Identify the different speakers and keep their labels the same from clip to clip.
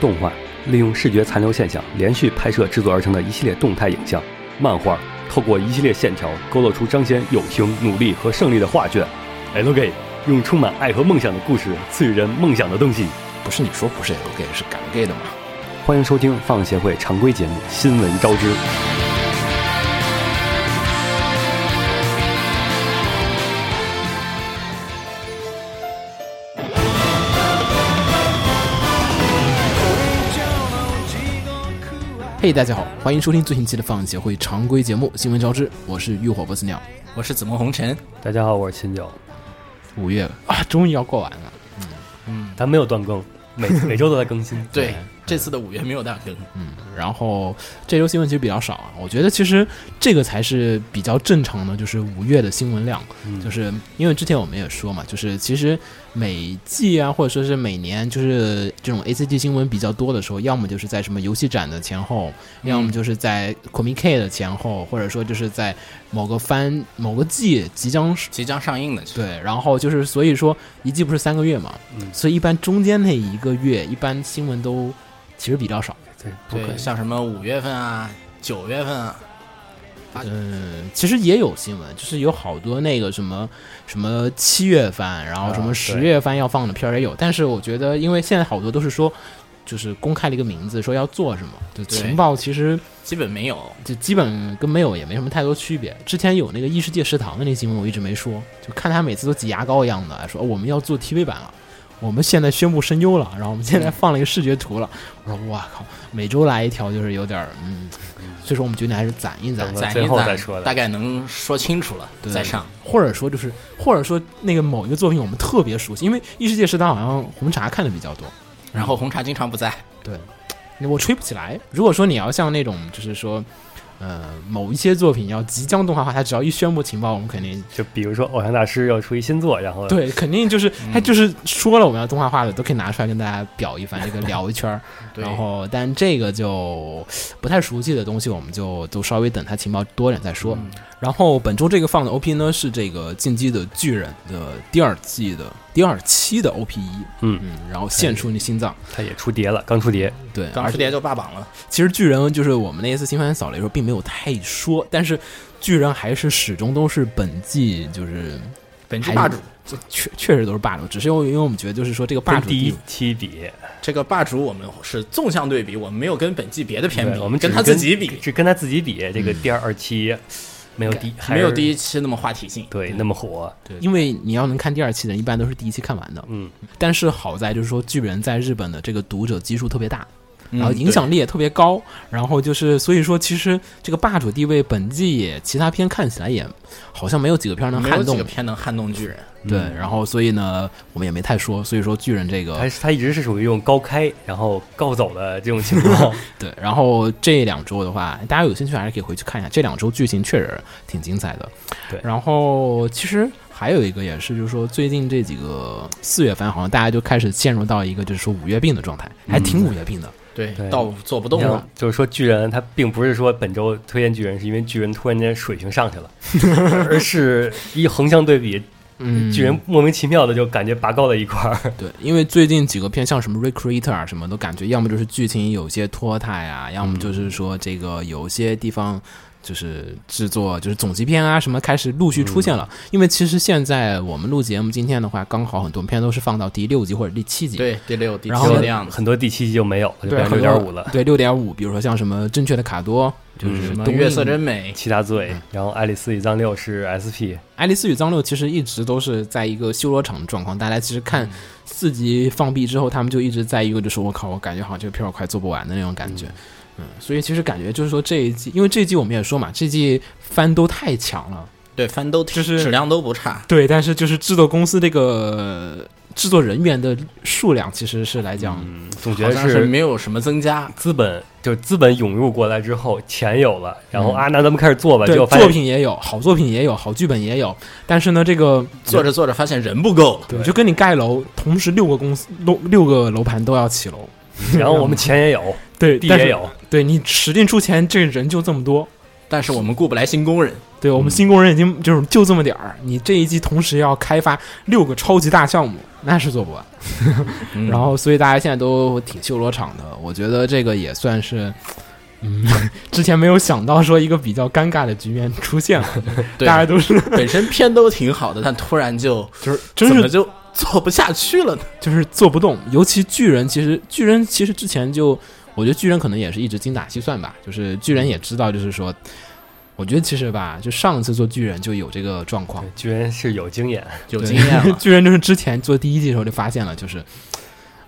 Speaker 1: 动画，利用视觉残留现象连续拍摄制作而成的一系列动态影像；漫画，透过一系列线条勾勒出彰显友情、努力和胜利的画卷。LG 用充满爱和梦想的故事赐予人梦想的东西。
Speaker 2: 不是你说不是 L gay 是敢 gay 的吗？
Speaker 1: 欢迎收听放协会常规节目《新闻招之》。
Speaker 2: 嘿、大家好，欢迎收听最新期的放协会常规节目《新闻招之》，我是浴火不死鸟。
Speaker 3: 我是紫梦红尘。
Speaker 1: 大家好，我是秦九，
Speaker 2: 五月啊，终于要过完了。
Speaker 3: 嗯，
Speaker 1: 咱没有断更，每每周都在更 新。
Speaker 3: 对，这次的五月没有大更，
Speaker 2: 嗯然后这周新闻其实比较少啊，我觉得其实这个才是比较正常的，就是五月的新闻量，
Speaker 1: 嗯
Speaker 2: 就是因为之前我们也说嘛，就是其实每季啊，或者说是每年，就是这种 A C G 新闻比较多的时候，要么就是在什么游戏展的前后，要么就是在 Comic K 的前后，或者说就是在某个番某个季即将
Speaker 3: 即将上映的。其实，
Speaker 2: 对，然后就是所以说一季不是三个月嘛，
Speaker 1: 嗯
Speaker 2: 所以一般中间那一个月，一般新闻都其实比较少。
Speaker 1: 对，不可
Speaker 3: 对，像什么五月份啊、九月份啊，
Speaker 2: 嗯，其实也有新闻，就是有好多那个什么什么七月番，然后什么
Speaker 1: 啊
Speaker 2: 十
Speaker 1: 对
Speaker 2: 月番要放的片儿也有，但是我觉得，因为现在好多都是说，就是公开了一个名字，说要做什么，就
Speaker 3: 对
Speaker 2: 情报其实
Speaker 3: 基本没有。
Speaker 2: 就基本跟没有也没什么太多区别。之前有那个异世界食堂的那新闻，我一直没说，就看他每次都挤牙膏一样的说、哦我们要做 TV 版了，我们现在宣布声优了，然后我们现在放了一个视觉图了。我说哇靠，每周来一条就是有点儿嗯，所以说我们决定还是攒一攒
Speaker 1: 等，到
Speaker 3: 攒
Speaker 1: 最
Speaker 3: 一
Speaker 1: 后再
Speaker 3: 攒
Speaker 1: 说的，
Speaker 3: 大概能说清楚了
Speaker 2: 对
Speaker 3: 再上。
Speaker 2: 或者说就是或者说那个某一个作品我们特别熟悉，因为异世界食堂好像红茶看的比较多。
Speaker 3: 然后红茶经常不在，
Speaker 2: 对，我吹不起来。如果说你要像那种就是说。呃，某一些作品要即将动画化，它只要一宣布情报，我们肯定
Speaker 1: 就比如说偶像大师要出一新作，然后
Speaker 2: 对，肯定就是
Speaker 3: 嗯
Speaker 2: 他就是说了我们要动画化的，都可以拿出来跟大家表一番，这个聊一圈儿。
Speaker 3: 对
Speaker 2: 然后，但这个就不太熟悉的东西，我们就都稍微等他情报多点再说。
Speaker 3: 嗯
Speaker 2: 然后本周这个放的 OP 呢是这个《进击的巨人》的第二季的第二期的 OP 一，
Speaker 1: 嗯
Speaker 2: 嗯，然后献出你心脏，
Speaker 1: 他也出碟了，刚出碟，
Speaker 2: 对，
Speaker 3: 当时碟就霸榜了。
Speaker 2: 其实巨人就是我们那一次新番扫雷的时候并没有太说，但是巨人还是始终都是本季就是
Speaker 3: 本季
Speaker 2: 还
Speaker 3: 霸主，
Speaker 2: 这确确实都是霸主，只是因为因为我们觉得就是说这个霸
Speaker 1: 跟
Speaker 2: 主
Speaker 1: 第
Speaker 2: 地
Speaker 1: 一
Speaker 2: 位
Speaker 1: 期比，
Speaker 3: 这个霸主我们是纵向对比，我们没有跟本季别的片
Speaker 1: 对
Speaker 3: 比，
Speaker 1: 我们只
Speaker 3: 跟
Speaker 1: 是
Speaker 3: 他自己比，
Speaker 1: 只跟他自己比，这个第二期没有第
Speaker 3: 没有第
Speaker 1: 一
Speaker 3: 一期那么话题性。
Speaker 1: 对那么火，
Speaker 2: 因为你要能看第二期的人，一般都是第一期看完的。
Speaker 1: 嗯，
Speaker 2: 但是好在就是说，巨人在日本的这个读者基数特别大，
Speaker 3: 嗯
Speaker 2: 然后影响力也特别高，然后就是所以说，其实这个霸主地位，本季也其他片看起来也好像没有几个片儿
Speaker 3: 对
Speaker 2: 能
Speaker 3: 没有
Speaker 2: 撼
Speaker 3: 几
Speaker 2: 动
Speaker 3: 个。片嗯能撼动巨人。
Speaker 2: 对，然后所以呢，我们也没太说，所以说巨人这个
Speaker 1: 还
Speaker 3: 哎
Speaker 1: 是他一直是属于用高开然后高走的这种情况，
Speaker 2: 对，然后这两周的话，大家有兴趣还是可以回去看一下。这两周剧情确实挺精彩的。
Speaker 1: 对
Speaker 2: 然后其实还有一个也是，就是说最近这几个四月番，好像大家就开始陷入到一个就是说五月病的状态，还挺五月病的。
Speaker 3: 嗯对
Speaker 1: 对
Speaker 3: 到做不动了。
Speaker 1: 就是说巨人他并不是说本周推荐巨人是因为巨人突然间水平上去了，而是一横向对比，
Speaker 2: 嗯
Speaker 1: 巨人莫名其妙的就感觉拔高了一块儿，
Speaker 2: 对，因为最近几个片像什么《Recreator》啊什么，都感觉要么就是剧情有些拖沓呀，要么就是说这个有些地方。就是制作就是总集篇啊什么开始陆续出现了，因为其实现在我们录节目今天的话，刚好很多片都是放到第六集或者第七集，
Speaker 3: 对，第六、第七
Speaker 2: 然后
Speaker 3: 的
Speaker 2: 呢
Speaker 3: 样子。
Speaker 1: 很多第七集就没有了，就
Speaker 2: 对
Speaker 1: 变成
Speaker 2: 很
Speaker 1: 六
Speaker 2: 多
Speaker 1: 点五了。
Speaker 2: 对六点五，比如说像什么正确的卡多，就是
Speaker 3: 什么
Speaker 2: 东
Speaker 3: 月
Speaker 2: 映
Speaker 3: 嗯色真美，
Speaker 1: 七大罪，然后爱丽丝与脏六是 SP，
Speaker 2: 爱丽丝与脏六其实一直都是在一个修罗场的状况，大家其实看四集放屁之后，他们就一直在一个就是我靠，我感觉好像这个片儿我快做不完的那种感觉。嗯，所以其实感觉就是说这一季，因为这一季我们也说嘛，这季番都太强了，
Speaker 3: 对，番都挺
Speaker 2: 就是
Speaker 3: 质量都不差。
Speaker 2: 对，但是就是制作公司这个制作人员的数量其实是来讲，
Speaker 1: 嗯，总觉
Speaker 3: 好
Speaker 1: 得
Speaker 3: 像是没有什么增加，
Speaker 1: 资本就是资本涌入过来之后，钱有了，然后
Speaker 2: 嗯
Speaker 1: 啊，那咱们开始做吧。
Speaker 2: 对
Speaker 1: 结果发
Speaker 2: 作
Speaker 1: 现
Speaker 2: 品也有，好作品也有，好剧本也有，但是呢，这个
Speaker 3: 做着做着发现人不够了，
Speaker 2: 对，就跟你盖楼，同时六个公司六六个楼盘都要起楼，
Speaker 1: 然后我们钱也有，
Speaker 2: 对，
Speaker 1: 地
Speaker 2: 但
Speaker 1: 也
Speaker 2: 是
Speaker 1: 有，
Speaker 2: 对你使劲出钱，这人就这么多。
Speaker 3: 但是我们雇不来新工人，
Speaker 2: 对我们新工人已经就是就这么点儿，你这一季同时要开发六个超级大项目，那是做不完。
Speaker 3: 嗯
Speaker 2: 然后，所以大家现在都挺修罗场的，我觉得这个也算是。嗯， 之前没有想到说一个比较尴尬的局面出现了，
Speaker 3: 对
Speaker 2: 大家都是
Speaker 3: 本身片都挺好的，但突然就
Speaker 2: 就是 真
Speaker 3: 怎
Speaker 2: 是
Speaker 3: 么就做不下去了呢？
Speaker 2: 就是做不动。尤其巨人，其实巨人其实之前就，我觉得巨人可能也是一直精打细算吧，就是巨人也知道，就是说，我觉得其实吧，就上次做巨人就有这个状况，
Speaker 4: 居然是有经验，
Speaker 3: 有
Speaker 2: 对
Speaker 3: 经验 了，
Speaker 2: 巨人就是之前做第一季的时候就发现了，就是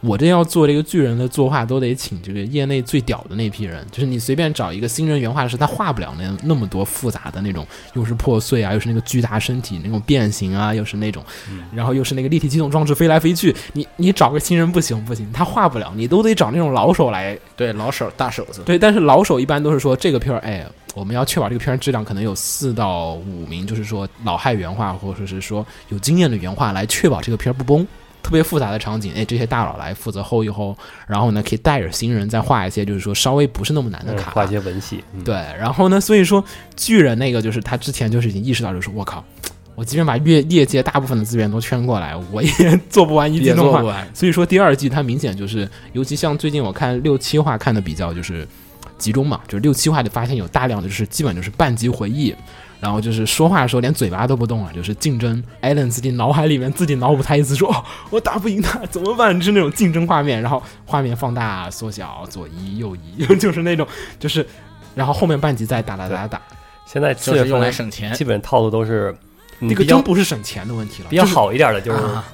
Speaker 2: 我真要做这个巨人的作画，都得请这个业内最屌的那批人。就是你随便找一个新人原画师，他画不了那那么多复杂的那种，又是破碎啊，又是那个巨大身体那种变形啊，又是那种，
Speaker 3: 嗯
Speaker 2: 然后又是那个立体机动装置飞来飞去。你你找个新人不行不行，他画不了，你都得找那种老手来
Speaker 3: 对老手大手子，
Speaker 2: 对，但是老手一般都是说这个片儿，哎，我们要确保这个片儿质量可能有四到五名，就是说老汉原画或者是说有经验的原画来确保这个片儿不崩。特别复杂的场景，哎，这些大佬来负责吼一吼，然后呢，可以带着新人再画一些，就是说稍微不是那么难的
Speaker 4: 嗯
Speaker 2: 卡。
Speaker 4: 画些文戏，嗯
Speaker 2: 对，然后呢，所以说巨人那个就是他之前就是已经意识到，就是我靠，我即便把业业界大部分的资源都圈过来，我也 做不完一季
Speaker 3: 也
Speaker 2: 动
Speaker 3: 做
Speaker 2: 画
Speaker 3: 不。完。
Speaker 2: 所以说第二季它明显就是，尤其像最近我看六七话看的比较就是集中嘛，就是六七话就发现有大量的就是基本就是半集回忆，然后就是说话的时候连嘴巴都不动了，就是竞 争。艾伦自己脑海里面自己脑补他意思说，哦，我打不赢他怎么办？就是那种竞争画面，然后画面放大缩小，左移右移， 就是那种就是，然后后面半集再打打打打打，
Speaker 4: 嗯现在
Speaker 3: 就
Speaker 4: 四月
Speaker 3: 是用来
Speaker 4: 份
Speaker 3: 省钱
Speaker 4: 基，本套路都是嗯
Speaker 2: 这个
Speaker 4: 比较
Speaker 2: 真不是省钱的问题了，
Speaker 4: 比较
Speaker 2: 就是
Speaker 4: 好一点的就是
Speaker 3: 啊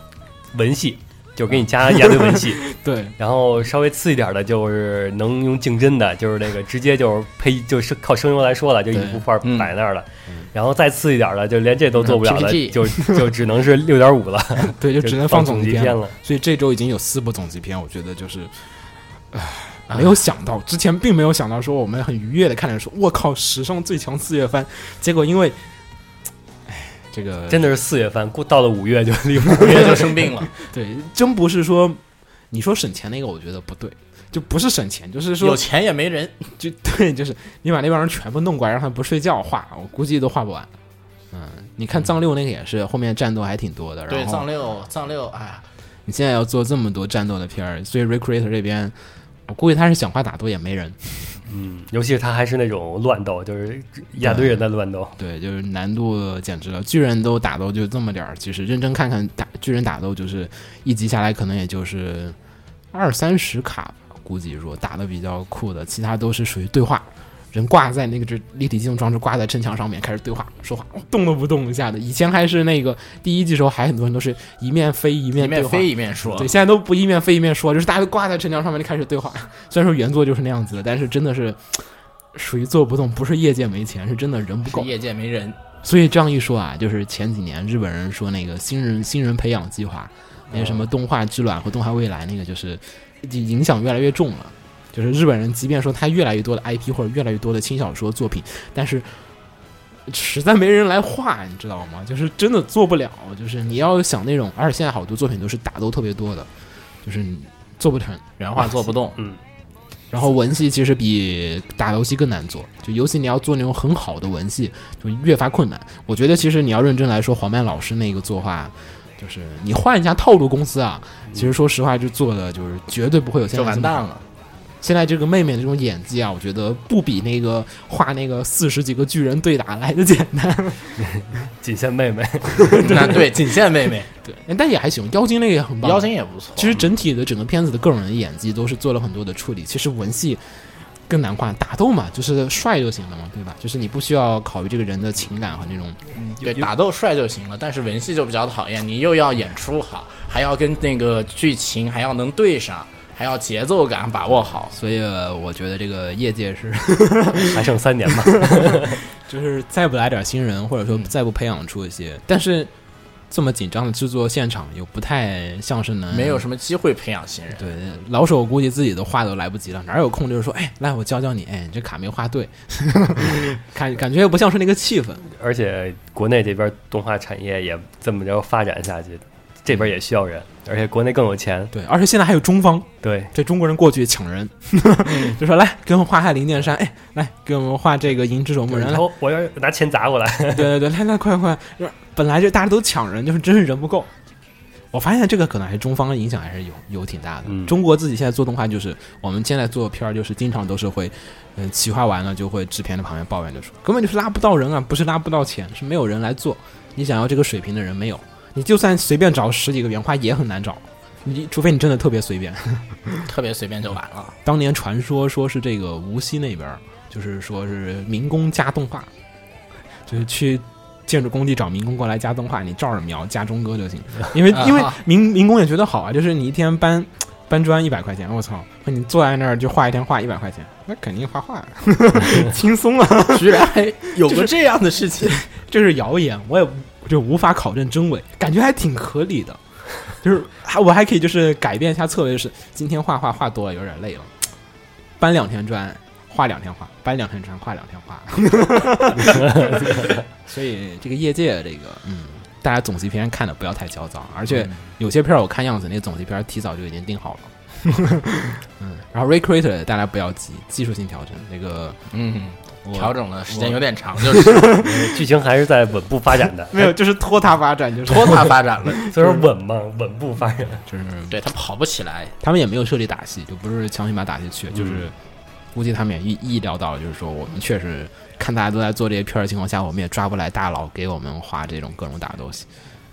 Speaker 4: 文戏，就是给你 加一大堆文戏，
Speaker 2: 对。
Speaker 4: 然后稍微次一点的就是能用竞争的，就是那个直接就是配就是靠声优来说了，就一
Speaker 2: 对
Speaker 4: 幅画
Speaker 3: 嗯
Speaker 4: 摆那儿了。然后再次一点的，就连这都做不
Speaker 2: 嗯
Speaker 4: 了了，
Speaker 3: PPT
Speaker 4: 就就只能是六点五了，
Speaker 2: 对， 就只能
Speaker 4: 放
Speaker 2: 放总
Speaker 4: 集
Speaker 2: 集
Speaker 4: 片
Speaker 2: 篇
Speaker 4: 了。
Speaker 2: 所以这周已经有四部总集篇，我觉得就是，
Speaker 3: 哎
Speaker 2: 唉，没有想到，之前并没有想到说我们很愉悦的看着说，我靠，史上最强四月番，结果因为，唉，这个
Speaker 4: 真的是四月份，过到了五月就
Speaker 3: 五月就生病了。
Speaker 2: 对，真不是说你说省钱那个，我觉得不对。就不是省钱，就是
Speaker 3: 有
Speaker 2: 说，
Speaker 3: 钱也没人，
Speaker 2: 就对，就是你把那帮人全部弄过来，让他们不睡觉画，我估计都画不完。嗯，你看藏六那个也是，后面战斗还挺多的。然
Speaker 3: 对
Speaker 2: 后
Speaker 3: 藏六藏六，哎呀，
Speaker 2: 你现在要做这么多战斗的片儿，所以 Recreator 这边，我估计他是想画打斗也没人，
Speaker 4: 嗯，尤其是他还是那种乱斗，就是一大堆人在乱斗。
Speaker 2: 对，就是难度简直了，巨人都打斗就这么点儿，其实认真看看打巨人打斗，就是一集下来可能也就是二三十卡吧，估计说打的比较酷的，其他都是属于对话。人挂在那个这立体机动装置挂在城墙上面开始对话说话，动都不动一下的。以前还是那个第一季时候，还很多人都是一面飞一
Speaker 3: 一
Speaker 2: 面对
Speaker 3: 面
Speaker 2: 话
Speaker 3: 飞一面说
Speaker 2: 对，，现在都不一面飞一面说，就是大家都挂在城墙上面就开始对话。虽然说原作就是那样子的，但是真的是属于做不动，不是业界没钱，是真的人不
Speaker 3: 是
Speaker 2: 够。
Speaker 3: 业界没人。
Speaker 2: 所以这样一说啊，就是前几年日本人说那个新人新人培养计划，那个什么动画之卵和动画未来那个，就是影影响越来越重了。就是日本人，即便说他越来越多的 IP 或者越来越多的轻小说作品，但是实在没人来画，你知道吗？就是真的做不了。就是你要想那种，而且现在好多作品都是打斗特别多的，就是你做不成。
Speaker 3: 原话做不动，
Speaker 4: 嗯，
Speaker 2: 然后文戏其实比打游戏更难做，就尤其你要做那种很好的文戏，就越发困难。我觉得其实你要认真来说，黄曼老师那个作画，就是你换一下套路公司啊，其实说实话就做的就是绝对不会有现
Speaker 3: 就
Speaker 2: 在
Speaker 3: 完
Speaker 2: 这么
Speaker 3: 蛋了。
Speaker 2: 现在这个妹妹的这种演技啊，我觉得不比那个画那个四十几个巨人对打来的简单。
Speaker 4: 锦线妹 妹，
Speaker 3: 那对仅限妹妹，
Speaker 2: 对，但也还行，妖精那个也很棒。
Speaker 3: 妖精也不错。嗯
Speaker 2: 其实整体的整个片子的个人演技都是做了很多的处理。其实文戏更难画，打斗嘛，就是帅就行了嘛，对吧？就是你不需要考虑这个人的情感和那种。
Speaker 3: 对打斗帅就行了，但是文戏就比较讨厌，你又要演出好，还要跟那个剧情还要能对上，还要节奏感把握好。
Speaker 2: 所以呃我觉得这个业界是，
Speaker 4: 还剩三年吧。
Speaker 2: 就是再不来点新人，或者说再不培养出一些，但是这么紧张的制作现场又不太像是能
Speaker 3: 没有什么机会培养新人，
Speaker 2: 对，老手估计自己都画都来不及了，哪有空就是说，哎，来我教教你，哎，你这卡没画 对，感感觉也不像是那个气氛。
Speaker 4: 而且国内这边动画产业也这么着发展下去，这边也需要人，嗯而且国内更有钱。
Speaker 2: 对，而且现在还有中方，
Speaker 4: 对，
Speaker 2: 这中国人过去抢人， 就说来给我们画下零剑山，哎，来给我们画这个银之守墓人，
Speaker 4: 然
Speaker 2: 来，
Speaker 4: 后我要拿钱砸过来。
Speaker 2: 对对对，来来快快，就是本来就大家都抢人，就是真是人不够。我发现这个可能还是中方的影响还是有有挺大的。
Speaker 4: 嗯
Speaker 2: 中国自己现在做动画，就是我们现在做片儿，就是经常都是会，嗯、企划完了就会制片的旁边抱怨就说，根本就是拉不到人啊，不是拉不到钱，是没有人来做。你想要这个水平的人没有，你就算随便找十几个原画也很难找，你除非你真的特别随便。
Speaker 3: 特别随便就完了。
Speaker 2: 当年传说说是这个无锡那边儿，就是说是民工加动画，就是去建筑工地找民工过来加动画，你照着描加中歌就行，因为
Speaker 3: 啊
Speaker 2: 因为民民工也觉得好啊，就是你一天搬搬砖一百块钱，我操，你坐在那儿就画一天画一百块钱，那肯定画画啊， 轻松啊，
Speaker 3: 居然还有
Speaker 2: 就是
Speaker 3: 过这样的事 情，
Speaker 2: 这是谣言，我也就无法考证真伪，感觉还挺合理的， 就是还我还可以就是改变一下策略，就是今天画画画多了有点累了，搬两天砖，画两天画，搬两天砖，画两天画， 所以这个业界这个嗯。大家总集片看的不要太焦躁，而且有些片儿我看样子那总集片儿提早就已经定好 了。嗯，然后 Recreator 大家不要急，技术性调整。那个
Speaker 3: 嗯，
Speaker 2: 我，
Speaker 3: 调整了时间有点长，就是
Speaker 4: 剧情还是在稳步发展的
Speaker 2: 没有，就是拖沓发展，就是
Speaker 3: 拖沓发展了。
Speaker 4: 所以说稳嘛，稳步发展。
Speaker 2: 就是
Speaker 3: 对他跑不起来，
Speaker 2: 他们也没有设立打戏，就不是强行把打戏去，就是估计他们也意意料到了，就是说我们确实看大家都在做这些片儿的情况下，我们也抓不来大佬给我们画这种各种打斗戏。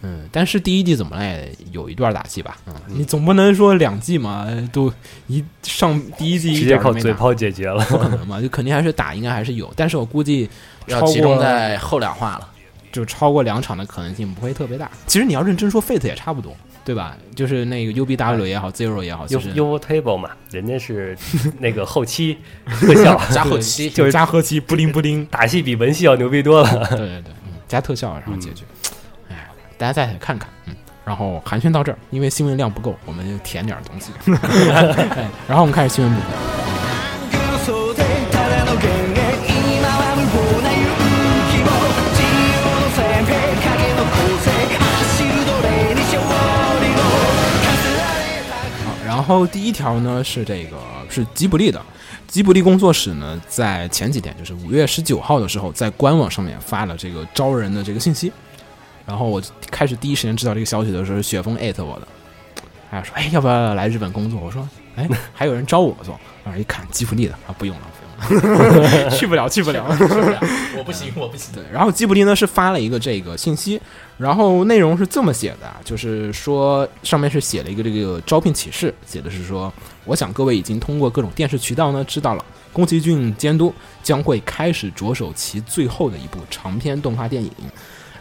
Speaker 2: 嗯，但是第一季怎么来也有一段打戏吧？嗯，你总不能说两季嘛，都一上第一季一
Speaker 4: 直接
Speaker 2: 点儿都
Speaker 4: 靠
Speaker 2: 没
Speaker 4: 嘴
Speaker 2: 打
Speaker 4: 炮解决 了。
Speaker 2: 不可能嘛，就肯定还是打，应该还是有，但是我估计
Speaker 3: 要
Speaker 2: 超
Speaker 3: 集中
Speaker 2: 过
Speaker 3: 在后两话了。
Speaker 2: 就超过两场的可能性不会特别大。其实你要认真说，Fate 也差不多，对吧？就是那个 UBW 也好，Zero 也好，
Speaker 4: U
Speaker 2: 就是
Speaker 4: U table 嘛，人家是 那个后期特 效，
Speaker 3: 加后期
Speaker 4: 就是
Speaker 2: 加和 期布灵布灵。
Speaker 4: 打戏比文戏要牛逼多了。
Speaker 2: 对对对，嗯，加特效然后解决。哎、大家再看看，嗯。然后寒暄到这儿，因为新闻量不够，我们就填点儿东西。 哎，然后我们开始新闻部分。
Speaker 5: 嘘で誰の幻影今は無謀な勇気を自由の線影の構成走る奴隷に勝利を
Speaker 2: 好啊然后第一条呢是这个是吉卜力的，吉卜力工作室呢在前几天，就是五月十九号的时候，在官网上面发了这个招人的这个信息。然后我开始第一时间知道这个消息的时候，是雪峰艾特我的，哎说哎要不要来日本工作？我说哎还有人招我做，然后一看吉卜力的啊不用了不用了， 去不了去不了。
Speaker 3: 我不行，我不行。
Speaker 2: 对，然后吉卜力呢是发了一个这个信息，然后内容是这么写的啊，就是说上面是写了一个这个招聘启事，写的是说，我想各位已经通过各种电视渠道呢知道了，宫崎骏监督将会开始着手其最后的一部长篇动画电影。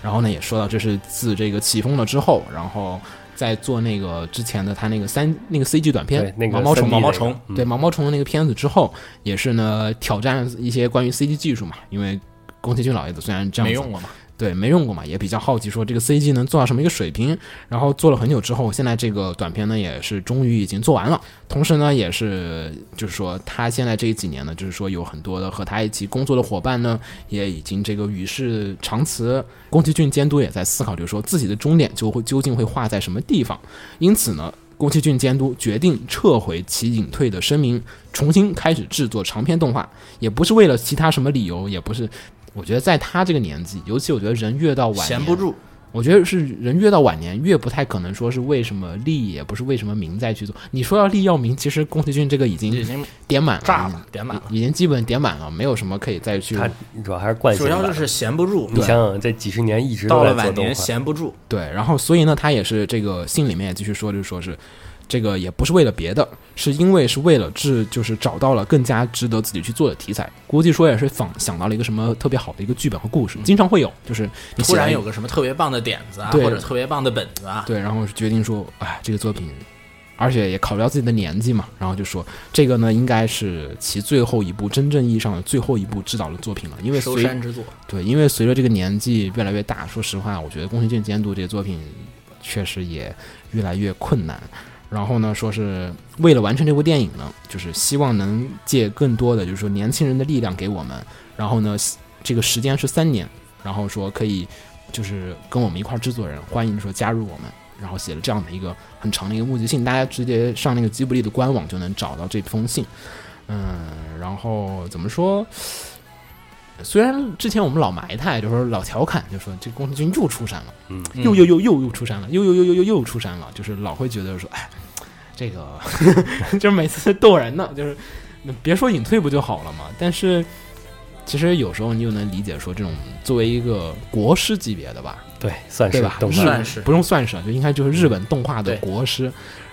Speaker 2: 然后呢，也说到这是自这个起风了之后，然后在做那个之前的他那个三那个 CG 短片
Speaker 4: 对，哎那个
Speaker 2: 毛毛虫
Speaker 4: 3D
Speaker 2: 毛毛
Speaker 4: 那个。
Speaker 2: 虫
Speaker 3: 虫
Speaker 4: 嗯
Speaker 2: 对毛毛虫的那个片子之后，也是呢挑战一些关于 CG 技术嘛，因为宫崎骏老爷子虽然这样
Speaker 3: 没
Speaker 2: 子
Speaker 3: 用过嘛？
Speaker 2: 对没用过嘛，也比较好奇说这个 CG 能做到什么一个水平。然后做了很久之后，现在这个短片呢也是终于已经做完了。同时呢，也是就是说他现在这几年呢，就是说有很多的和他一起工作的伙伴呢，也已经这个与世长辞。宫崎骏监督也在思考，就是说自己的终点就会究竟会画在什么地方。因此呢，宫崎骏监督决定撤回其隐退的声明，重新开始制作长篇动画，也不是为了其他什么理由，也不是。我觉得在他这个年纪，尤其我觉得人越到晚年，
Speaker 3: 闲不住，
Speaker 2: 我觉得是人越到晚年越不太可能说是为什么利，也不是为什么名再去做。你说要利要名，其实宫崎骏这个已
Speaker 3: 已
Speaker 2: 经
Speaker 3: 经
Speaker 2: 点满了，
Speaker 3: 炸了，点满了。
Speaker 2: 已已经基本点满了，没有什么可以再去
Speaker 4: 他主要还是惯性
Speaker 3: 主
Speaker 4: 吧，
Speaker 3: 要嗯就是闲不住，
Speaker 4: 嗯你想想这几十年一直
Speaker 3: 到
Speaker 4: 都在
Speaker 3: 了
Speaker 4: 做
Speaker 3: 晚
Speaker 4: 动
Speaker 3: 年
Speaker 4: 画，
Speaker 3: 闲不住，
Speaker 2: 对。然后所以呢，他也是这个信里面也继续说，就是说是这个也不是为了别的，是因为是为了制，就是找到了更加值得自己去做的题材。估计说也是仿想到了一个什么特别好的一个剧本和故事，经常会有，就是你
Speaker 3: 突
Speaker 2: 写了
Speaker 3: 然
Speaker 2: 一
Speaker 3: 有个什么特别棒的点子啊，
Speaker 2: 对
Speaker 3: 或者特别棒的本子啊，
Speaker 2: 对，然后决定说，哎，这个作品，而且也考虑到自己的年纪嘛，然后就说这个呢，应该是其最后一部真正意义上的最后一部执导的作品了，因为
Speaker 3: 收
Speaker 2: 随
Speaker 3: 山之作。
Speaker 2: 对，因为随着这个年纪越来越大，说实话，我觉得宫崎骏监督这个作品确实也越来越困难。然后呢，说是为了完成这部电影呢，就是希望能借更多的，就是说年轻人的力量给我们。然后呢，这个时间是三年，然后说可以就是跟我们一块儿制作人，欢迎说加入我们。然后写了这样的一个很长的一个募集信，大家直接上那个吉卜力的官网就能找到这封信。嗯，然后怎么说？虽然之前我们老埋汰，就说老调侃，就说这宫崎骏又出山了，
Speaker 4: 嗯，
Speaker 2: 又又又又又出山了，又又又又又又出山了，就是老会觉得说，哎，这个 就是每次逗人呢，就是嗯别说隐退不就好了嘛。但是其实有时候你又能理解说，这种作为一个国师级别的吧，
Speaker 4: 对，算
Speaker 2: 对
Speaker 4: 是
Speaker 2: 吧？
Speaker 4: 动
Speaker 2: 日
Speaker 4: 漫
Speaker 3: 算是
Speaker 2: 不用算是，就应该就是日本动画的
Speaker 3: 对
Speaker 2: 国师。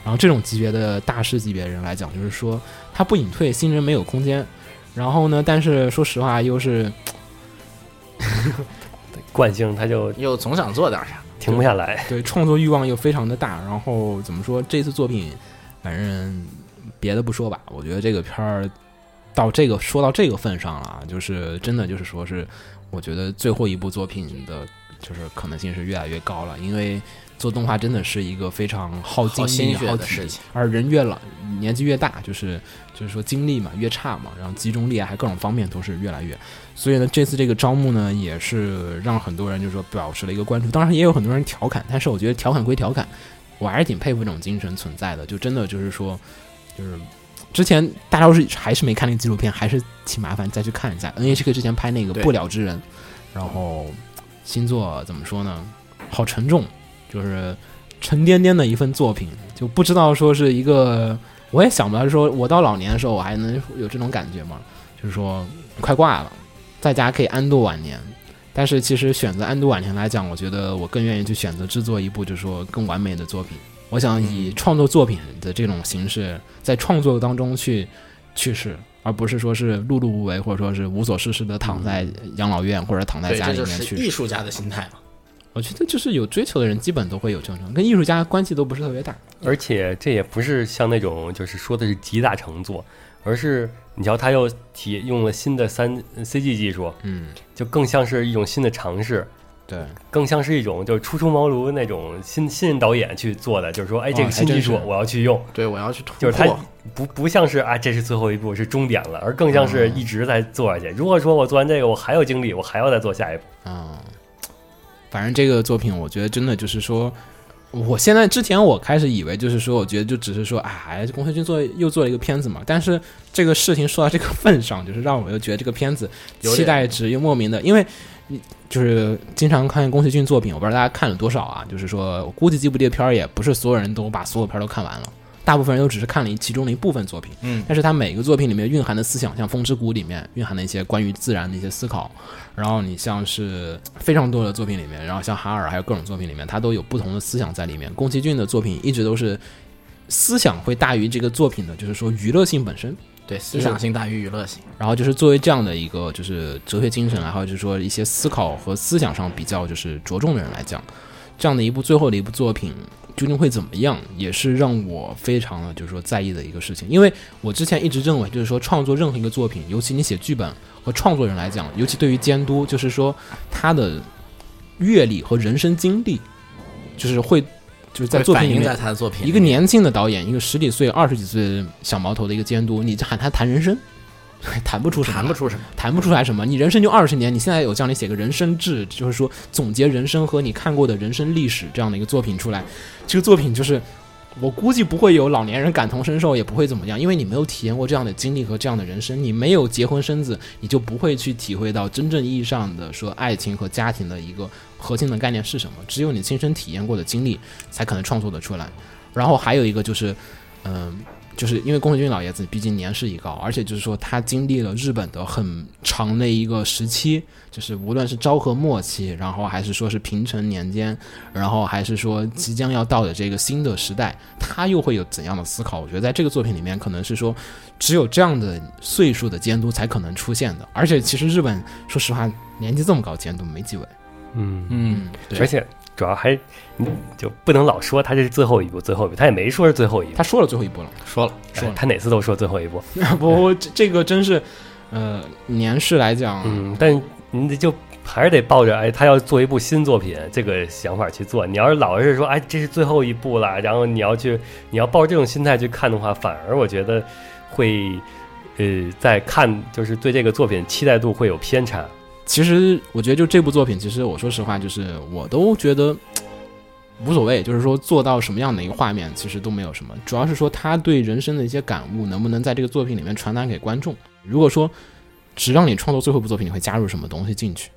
Speaker 2: 然后这种级别的大师级别人来讲，就是说他不隐退，新人没有空间。然后呢，但是说实话，又是
Speaker 4: 惯性，他就
Speaker 3: 又总想做点啥，
Speaker 4: 停不下来。
Speaker 2: 对创作欲望又非常的大。然后怎么说，这次作品，反正别的不说吧，我觉得这个片儿到这个说到这个份上了啊，就是真的就是说是，我觉得最后一部作品的，就是可能性是越来越高了，因为。做动画真的是一个非常耗精啊
Speaker 3: 好
Speaker 2: 力、
Speaker 3: 心血
Speaker 2: 耗
Speaker 3: 的
Speaker 2: 体
Speaker 3: 事
Speaker 2: 力
Speaker 3: 情，
Speaker 2: 而人越老，年纪越大，就是就是说精力嘛越差嘛，然后集中力啊还各种方面都是越来越，所以呢，这次这个招募呢也是让很多人就是说表示了一个关注，当然也有很多人调侃，但是我觉得调侃归调侃，我还是挺佩服这种精神存在的，就真的就是说，就是之前大家要是还是没看那个纪录片，还是挺麻烦再去看一下 NHK 之前拍那个《
Speaker 3: 对
Speaker 2: 不了之人》，然后星座怎么说呢？好沉重，就是沉甸甸的一份作品，就不知道说是一个，我也想不到说，我到老年的时候我还能有这种感觉吗？就是说快挂了，在家可以安度晚年。但是其实选择安度晚年来讲，我觉得我更愿意去选择制作一部就是说更完美的作品。我想以创作作品的这种形式，在创作当中去去世，而不是说是碌碌无为，或者说是无所事事的躺在养老院或者躺在
Speaker 3: 对，
Speaker 2: 家
Speaker 3: 这
Speaker 2: 里
Speaker 3: 就
Speaker 2: 面
Speaker 3: 是
Speaker 2: 去世
Speaker 3: 艺。术家的心态嘛。
Speaker 2: 我觉得就是有追求的人，基本都会有这种，跟艺术家关系都不是特别大。
Speaker 4: 而且这也不是像那种就是说的是集大成作，而是你瞧他又体用了新的三 CG 技术，
Speaker 2: 嗯，
Speaker 4: 就更像是一种新的尝试，
Speaker 2: 对，
Speaker 4: 更像是一种就是初出茅庐那种新新人导演去做的，就是说，哎，这个
Speaker 2: 哦还
Speaker 4: 新技
Speaker 2: 真
Speaker 4: 术
Speaker 2: 是
Speaker 4: 我要去用，
Speaker 3: 对，我要去突
Speaker 4: 就是
Speaker 3: 破。
Speaker 4: 他不不像是啊，这是最后一步是终点了，而更像是一直在做下去。如果说我做完这个，我还有精力，我还要再做下一步。
Speaker 2: 嗯，反正这个作品，我觉得真的就是说，我现在之前我开始以为就是说，我觉得就只是说，哎，宫崎骏做又做了一个片子嘛。但是这个事情说到这个份上，就是让我又觉得这个片子
Speaker 3: 有点
Speaker 2: 期待值又莫名的，因为你就是经常看宫崎骏作品，我不知道大家看了多少啊。就是说我估计这部这片儿也不是所有人都把所有片儿都看完了。大部分人都只是看了一其中的一部分作品，
Speaker 3: 嗯
Speaker 2: 但是他每个作品里面蕴含的思想，像《风之谷》里面蕴含的一些关于自然的一些思考，然后你像是非常多的作品里面，然后像哈尔还有各种作品里面，他都有不同的思想在里面。宫崎骏的作品一直都是思想会大于这个作品的，就是说娱乐性本身。
Speaker 3: 对思想性大于娱乐性，
Speaker 2: 然后就是作为这样的一个就是哲学精神啊，还有就是说一些思考和思想上比较就是着重的人来讲，这样的一部最后的一部作品究竟会怎么样，也是让我非常的就是说在意的一个事情。因为我之前一直认为，就是说创作任何一个作品，尤其你写剧本和创作人来讲，尤其对于监督，就是说他的阅历和人生经历，就是会就是在
Speaker 3: 会
Speaker 2: 作
Speaker 3: 反
Speaker 2: 品里
Speaker 3: 映
Speaker 2: 面
Speaker 3: 在他的作品里
Speaker 2: 一个年轻的导演，一个十几岁、二十几岁小毛头的一个监督，你喊他谈人生， 谈不出什么来，
Speaker 3: 谈不 出什么。
Speaker 2: 谈不出来什么。你人生就二十年，你现在有叫你写个人生志，就是说总结人生和你看过的人生历史这样的一个作品出来，这个作品就是我估计不会有老年人感同身受，也不会怎么样，因为你没有体验过这样的经历和这样的人生，你没有结婚生子，你就不会去体会到真正意义上的说爱情和家庭的一个核心的概念是什么。只有你亲身体验过的经历，才可能创作的出来。然后还有一个就是，嗯、就是因为宫崎骏老爷子毕竟年事已高，而且就是说他经历了日本的很长的一个时期，就是无论是昭和末期，然后还是说是平成年间，然后还是说即将要到的这个新的时代，他又会有怎样的思考？我觉得在这个作品里面，可能是说只有这样的岁数的监督才可能出现的。而且其实日本说实话，年纪这么高，监督没几位。
Speaker 4: 嗯，
Speaker 3: 嗯，
Speaker 4: 而且主要还你就不能老说他这是最后一步，最后一步，他也没说是最后一步
Speaker 2: 他，说了最后一步了，
Speaker 3: 说了，
Speaker 2: 说了
Speaker 4: 他哪次都说最后一步。
Speaker 2: 不，我这这个真是，呃，年事来讲，
Speaker 4: 嗯，但你得就还是得抱着哎，他要做一部新作品这个想法去做。你要是老是说哎，这是最后一步了，然后你要去，你要抱着这种心态去看的话，反而我觉得会呃，在看就是对这个作品期待度会有偏差。
Speaker 2: 其实我觉得就这部作品，其实我说实话，就是我都觉得无所谓，就是说做到什么样的一个画面，其实都没有什么，主要是说他对人生的一些感悟能不能在这个作品里面传达给观众。如果说只让你创作最后一部作品，你会加入什么东西进去？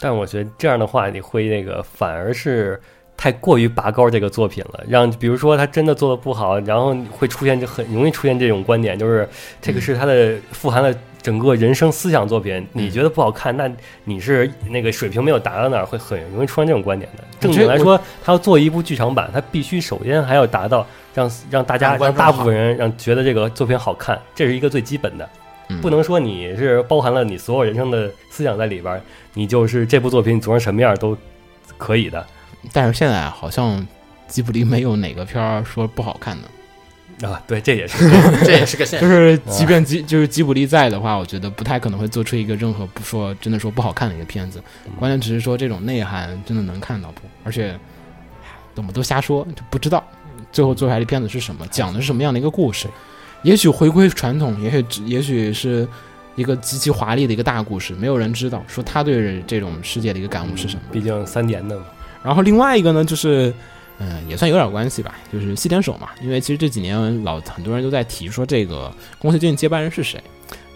Speaker 1: 但我觉得这样的话，你会那个反而是太过于拔高这个作品了，让比如说他真的做的不好，然后会出现这很容易出现这种观点，就是这个是他的富含了整个人生思想作品，你觉得不好看，那你是那个水平没有达到那儿，会很容易出现这种观点的。正经来说，他要做一部剧场版，他必须首先还要达到让让大家
Speaker 3: 让观
Speaker 1: 让
Speaker 3: 众
Speaker 1: 大部分人让觉得这个作品好看，这是一个最基本的。
Speaker 2: 嗯
Speaker 1: 不能说你是包含了你所有人生的思想在里边儿，你就是这部作品你做成什么样都可以的
Speaker 2: 但是现在好像吉卜力没有哪个片儿说不好看的，
Speaker 1: 啊。对，这也是
Speaker 3: 这也是个现
Speaker 2: 就
Speaker 3: 实。
Speaker 2: 是即便吉就是吉卜力在的话，我觉得不太可能会做出一个任何不说真的说不好看的一个片子。关键只是说这种内涵真的能看到不？而且唉我们都瞎说，就不知道最后做出来的片子是什么，讲的是什么样的一个故事。也许回归传统，也许只也许是一个极其华丽的一个大故事，没有人知道说他对这种世界的一个感悟是什么。
Speaker 1: 毕竟三年的嘛，
Speaker 2: 然后另外一个呢，就是，嗯、也算有点关系吧，就是西点手嘛，因为其实这几年老很多人都在提说这个宫崎骏接班人是谁。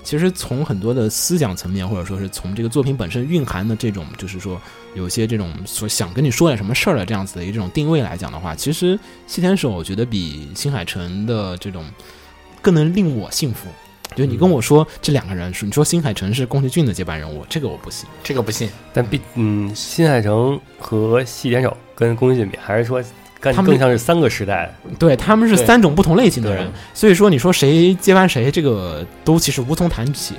Speaker 2: 其实从很多的思想层面，或者说是从这个作品本身蕴含的这种，就是说有些这种所想跟你说点什么事儿的这样子的一种定位来讲的话，其实西田守我觉得比新海诚的这种更能令我信服。就是你跟我说这两个人，你说新海诚是宫崎骏的接班人，我这个我不信。
Speaker 3: 这个不信，
Speaker 1: 但毕嗯，新海诚和细田守跟宫崎骏比，还是说更
Speaker 2: 他们
Speaker 1: 更像是三个时代。
Speaker 2: 对，他们是
Speaker 3: 对
Speaker 2: 三种不同类型的人
Speaker 1: 对，
Speaker 2: 所以说你说谁接班谁，这个都其实无从谈起。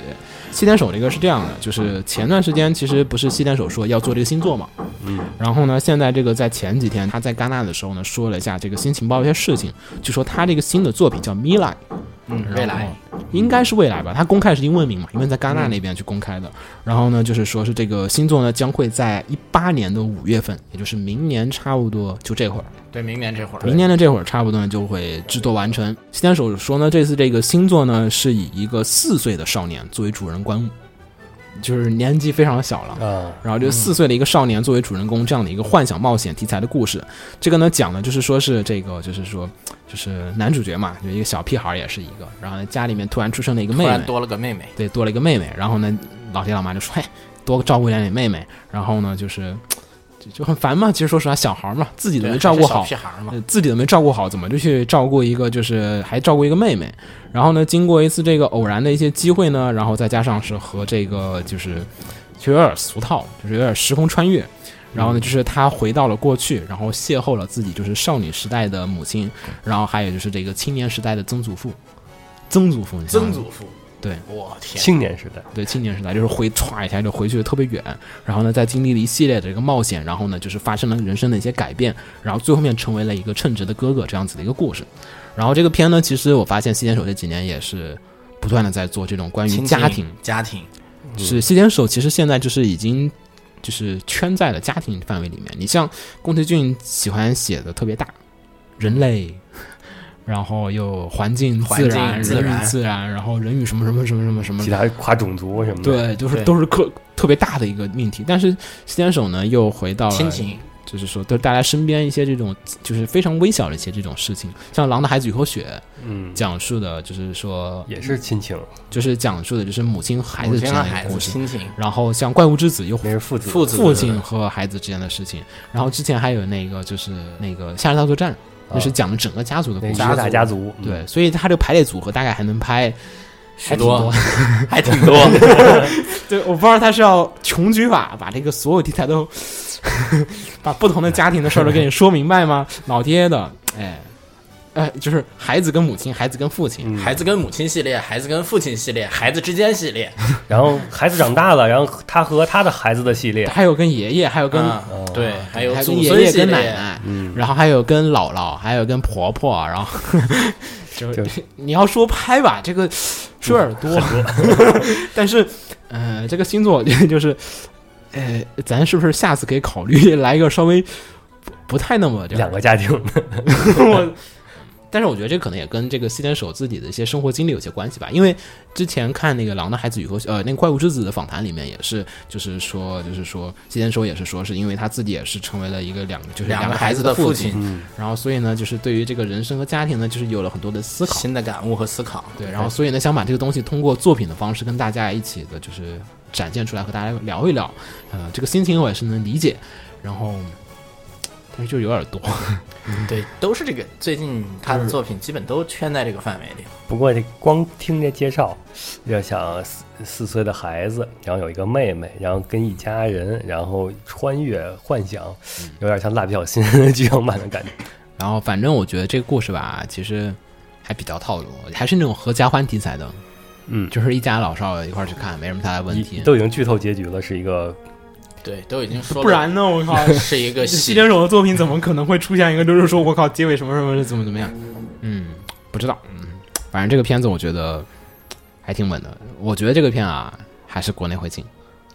Speaker 2: 西点手这个是这样的，就是前段时间其实不是西点手说要做这个新作嘛，
Speaker 1: 嗯，
Speaker 2: 然后呢，现在这个在前几天他在戛纳的时候呢，说了一下这个新情报一些事情，就说他这个新的作品叫《米莱》，
Speaker 3: 嗯，
Speaker 2: 然后
Speaker 3: 未来
Speaker 2: 应该是未来吧，他公开是英文名嘛，因为在戛纳那边去公开的。然后呢，就是说是这个新作呢将会在一八年的五月份，也就是明年差不多就这会儿。
Speaker 3: 对明年这会儿，
Speaker 2: 明年的这会儿差不多呢就会制作完成。西田守说呢，这次这个新作呢是以一个四岁的少年作为主人公，就是年纪非常小了。
Speaker 3: 嗯
Speaker 1: 啊，
Speaker 2: 然后这四岁的一个少年作为主人公，这样的一个幻想冒险题材的故事，这个呢讲的就是说是这个就是说就是男主角嘛，就一个小屁孩儿也是一个，然后呢家里面突然出生了一个妹
Speaker 3: 突
Speaker 2: 妹
Speaker 3: 然，多了个妹妹，
Speaker 2: 对，多了一个妹妹。然后呢，老爹老妈就说：“哎，多照顾一点你妹妹。”然后呢，就是就就很烦嘛。其实说实话，小孩儿嘛，自己都
Speaker 3: 对
Speaker 2: 没照顾好
Speaker 3: 还是，小屁孩儿嘛，
Speaker 2: 呃自己都没照顾好，怎么就去照顾一个，就是还照顾一个妹妹。然后呢，经过一次这个偶然的一些机会呢，然后再加上是和这个就是就有点俗套，就是有点时空穿越。然后呢，就是他回到了过去，然后邂逅了自己就是少女时代的母亲，然后还有就是这个青年时代的曾祖父，曾祖父，你想想
Speaker 3: 曾祖父，
Speaker 2: 对，
Speaker 3: 我天，
Speaker 1: 青年时代，
Speaker 2: 对青年时代，就是回歘一下就回去得特别远，然后呢，在经历了一系列的这个冒险，然后呢，就是发生了人生的一些改变，然后最后面成为了一个称职的哥哥这样子的一个故事。然后这个片呢，其实我发现西田守这几年也是不断的在做这种关于
Speaker 3: 亲
Speaker 2: 家
Speaker 3: 情
Speaker 2: 庭，
Speaker 3: 家庭，
Speaker 2: 是西田守其实现在就是已经就是圈在了家庭范围里面。你像宫崎骏喜欢写的特别大，人 类，然后又环境、
Speaker 3: 环
Speaker 2: 自
Speaker 3: 境
Speaker 2: 然、
Speaker 3: 自
Speaker 2: 人与
Speaker 3: 然
Speaker 2: 自然，然后人与什么什么什么什么什么
Speaker 1: 其他跨种族什么的。，
Speaker 2: 对，就是
Speaker 3: 对
Speaker 2: 都是特特别大的一个命题。但是西点手呢，又回到了
Speaker 3: 亲，情，
Speaker 2: 就是说，对大家身边一些这种就是非常微小的一些这种事情，像《狼的孩子与口雪》
Speaker 1: 嗯，
Speaker 2: 讲述的就是说，
Speaker 1: 也是亲情，
Speaker 2: 就是讲述的就是母亲和孩
Speaker 3: 母
Speaker 2: 子之
Speaker 3: 亲
Speaker 2: 间
Speaker 3: 和
Speaker 2: 的
Speaker 3: 孩
Speaker 2: 一个
Speaker 3: 子
Speaker 2: 故事。
Speaker 3: 亲情，
Speaker 2: 然后像《怪物之子》又
Speaker 1: 那是父子。
Speaker 3: 父子
Speaker 2: 父亲和孩子之间的事情，然后之前还有那个就是那个《夏日大作战》，那
Speaker 3: 啊
Speaker 2: 是讲了整个家族的
Speaker 1: 那
Speaker 2: 故
Speaker 1: 是
Speaker 2: 事。
Speaker 1: 一个大家族，嗯
Speaker 2: 对，所以他这个排列组合大概还能拍还
Speaker 3: 许
Speaker 2: 挺
Speaker 3: 多还挺多，
Speaker 2: 对，我不知道他是要穷举法把这个所有题材都 把不同的家庭的事儿都给你说明白吗？ 老爹的，哎，哎，就是孩子跟母亲，孩子跟父亲，
Speaker 3: 孩子跟母亲系列，孩子跟父亲系列，孩子之间系列，
Speaker 1: 然后孩子长大了，然后他和他的孩子的系列，
Speaker 2: 还有跟爷爷，还有跟、
Speaker 3: 啊对，还有
Speaker 2: 还有跟
Speaker 3: 祖
Speaker 2: 爷
Speaker 3: 孙
Speaker 2: 爷
Speaker 3: 系
Speaker 2: 跟奶
Speaker 3: 列，
Speaker 2: 奶，然后还有跟姥姥，还有跟婆婆，然后就
Speaker 1: 就
Speaker 2: 你要说拍吧，这个说有点
Speaker 3: 嗯
Speaker 2: 多， 但是呃，这个星座 就是呃，咱是不是下次可以考虑来一个稍微不不太那么这样
Speaker 1: 两个家庭，
Speaker 2: 我但是我觉得这可能也跟这个西点守自己的一些生活经历有些关系吧，因为之前看那个《狼的孩子与和呃那个怪物之子》的访谈里面也是，就是说就是说西点守也是说是因为他自己也是成为了一个两就是
Speaker 3: 两
Speaker 2: 个
Speaker 3: 个
Speaker 2: 孩
Speaker 3: 孩
Speaker 2: 子
Speaker 3: 子
Speaker 2: 的
Speaker 3: 的
Speaker 2: 父
Speaker 3: 父
Speaker 2: 亲，
Speaker 3: 亲，
Speaker 2: 然后所以呢就是对于这个人生和家庭呢就是有了很多的思考，
Speaker 3: 新的感悟和思考。
Speaker 2: 对，然后所以呢，想把这个东西通过作品的方式跟大家一起的，就是展现出来，和大家聊一聊。呃，这个心情我也是能理解，然后，但是就有点多。
Speaker 3: 对，都是这个。最近他的作品基本都圈在这个范围里。
Speaker 1: 不过这光听这介绍，要想四四岁的孩子，然后有一个妹妹，然后跟一家人，然后穿越幻想，有点像蜡笔小新剧场版的感觉。
Speaker 2: 然后反正我觉得这个故事吧，其实还比较套路，还是那种合家欢题材的，
Speaker 1: 嗯，
Speaker 2: 就是一家老少一块儿去看，没什么太大问题。
Speaker 1: 都已经剧透结局了，是一个
Speaker 3: 对，都已经说了，
Speaker 2: 不然呢，我靠，
Speaker 3: 是一个
Speaker 2: 西
Speaker 3: 戏。
Speaker 2: 点手的作品怎么可能会出现一个就是说我靠结尾什么什么怎么怎么样？嗯，不知道，嗯，反正这个片子我觉得还挺稳的。我觉得这个片啊还是国内会进，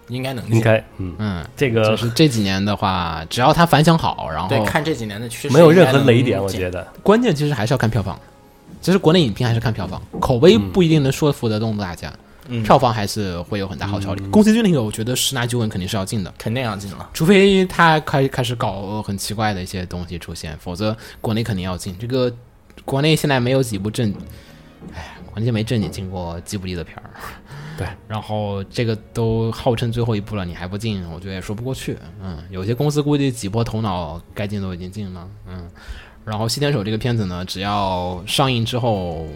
Speaker 3: 应该能
Speaker 1: 应
Speaker 3: 进。
Speaker 1: 该，嗯，
Speaker 2: 嗯，
Speaker 1: 这
Speaker 2: 就
Speaker 1: 个
Speaker 2: 是这几年的话，只要它反响好，然
Speaker 3: 对，
Speaker 2: 后
Speaker 3: 看这几年的趋势，
Speaker 1: 没有任何雷点，我
Speaker 3: 得
Speaker 1: 觉得。
Speaker 2: 关键其实还是要看票房。其实国内影片还是看票房，口碑不一定能说服得动大家，
Speaker 3: 嗯
Speaker 2: 票房还是会有很大好效力。宫崎骏那个，我觉得十拿九稳肯定是要进的。
Speaker 3: 肯定要进了。
Speaker 2: 除非他开开始搞很奇怪的一些东西出现，否则国内肯定要进。这个国内现在没有几部正，哎，国内就没正经进过吉卜力的片儿。
Speaker 1: 对，
Speaker 2: 然后这个都号称最后一步了，你还不进，我觉得也说不过去。嗯，有些公司估计挤破头脑该进都已经进了。嗯，然后《西天手》这个片子呢，只要上映之后。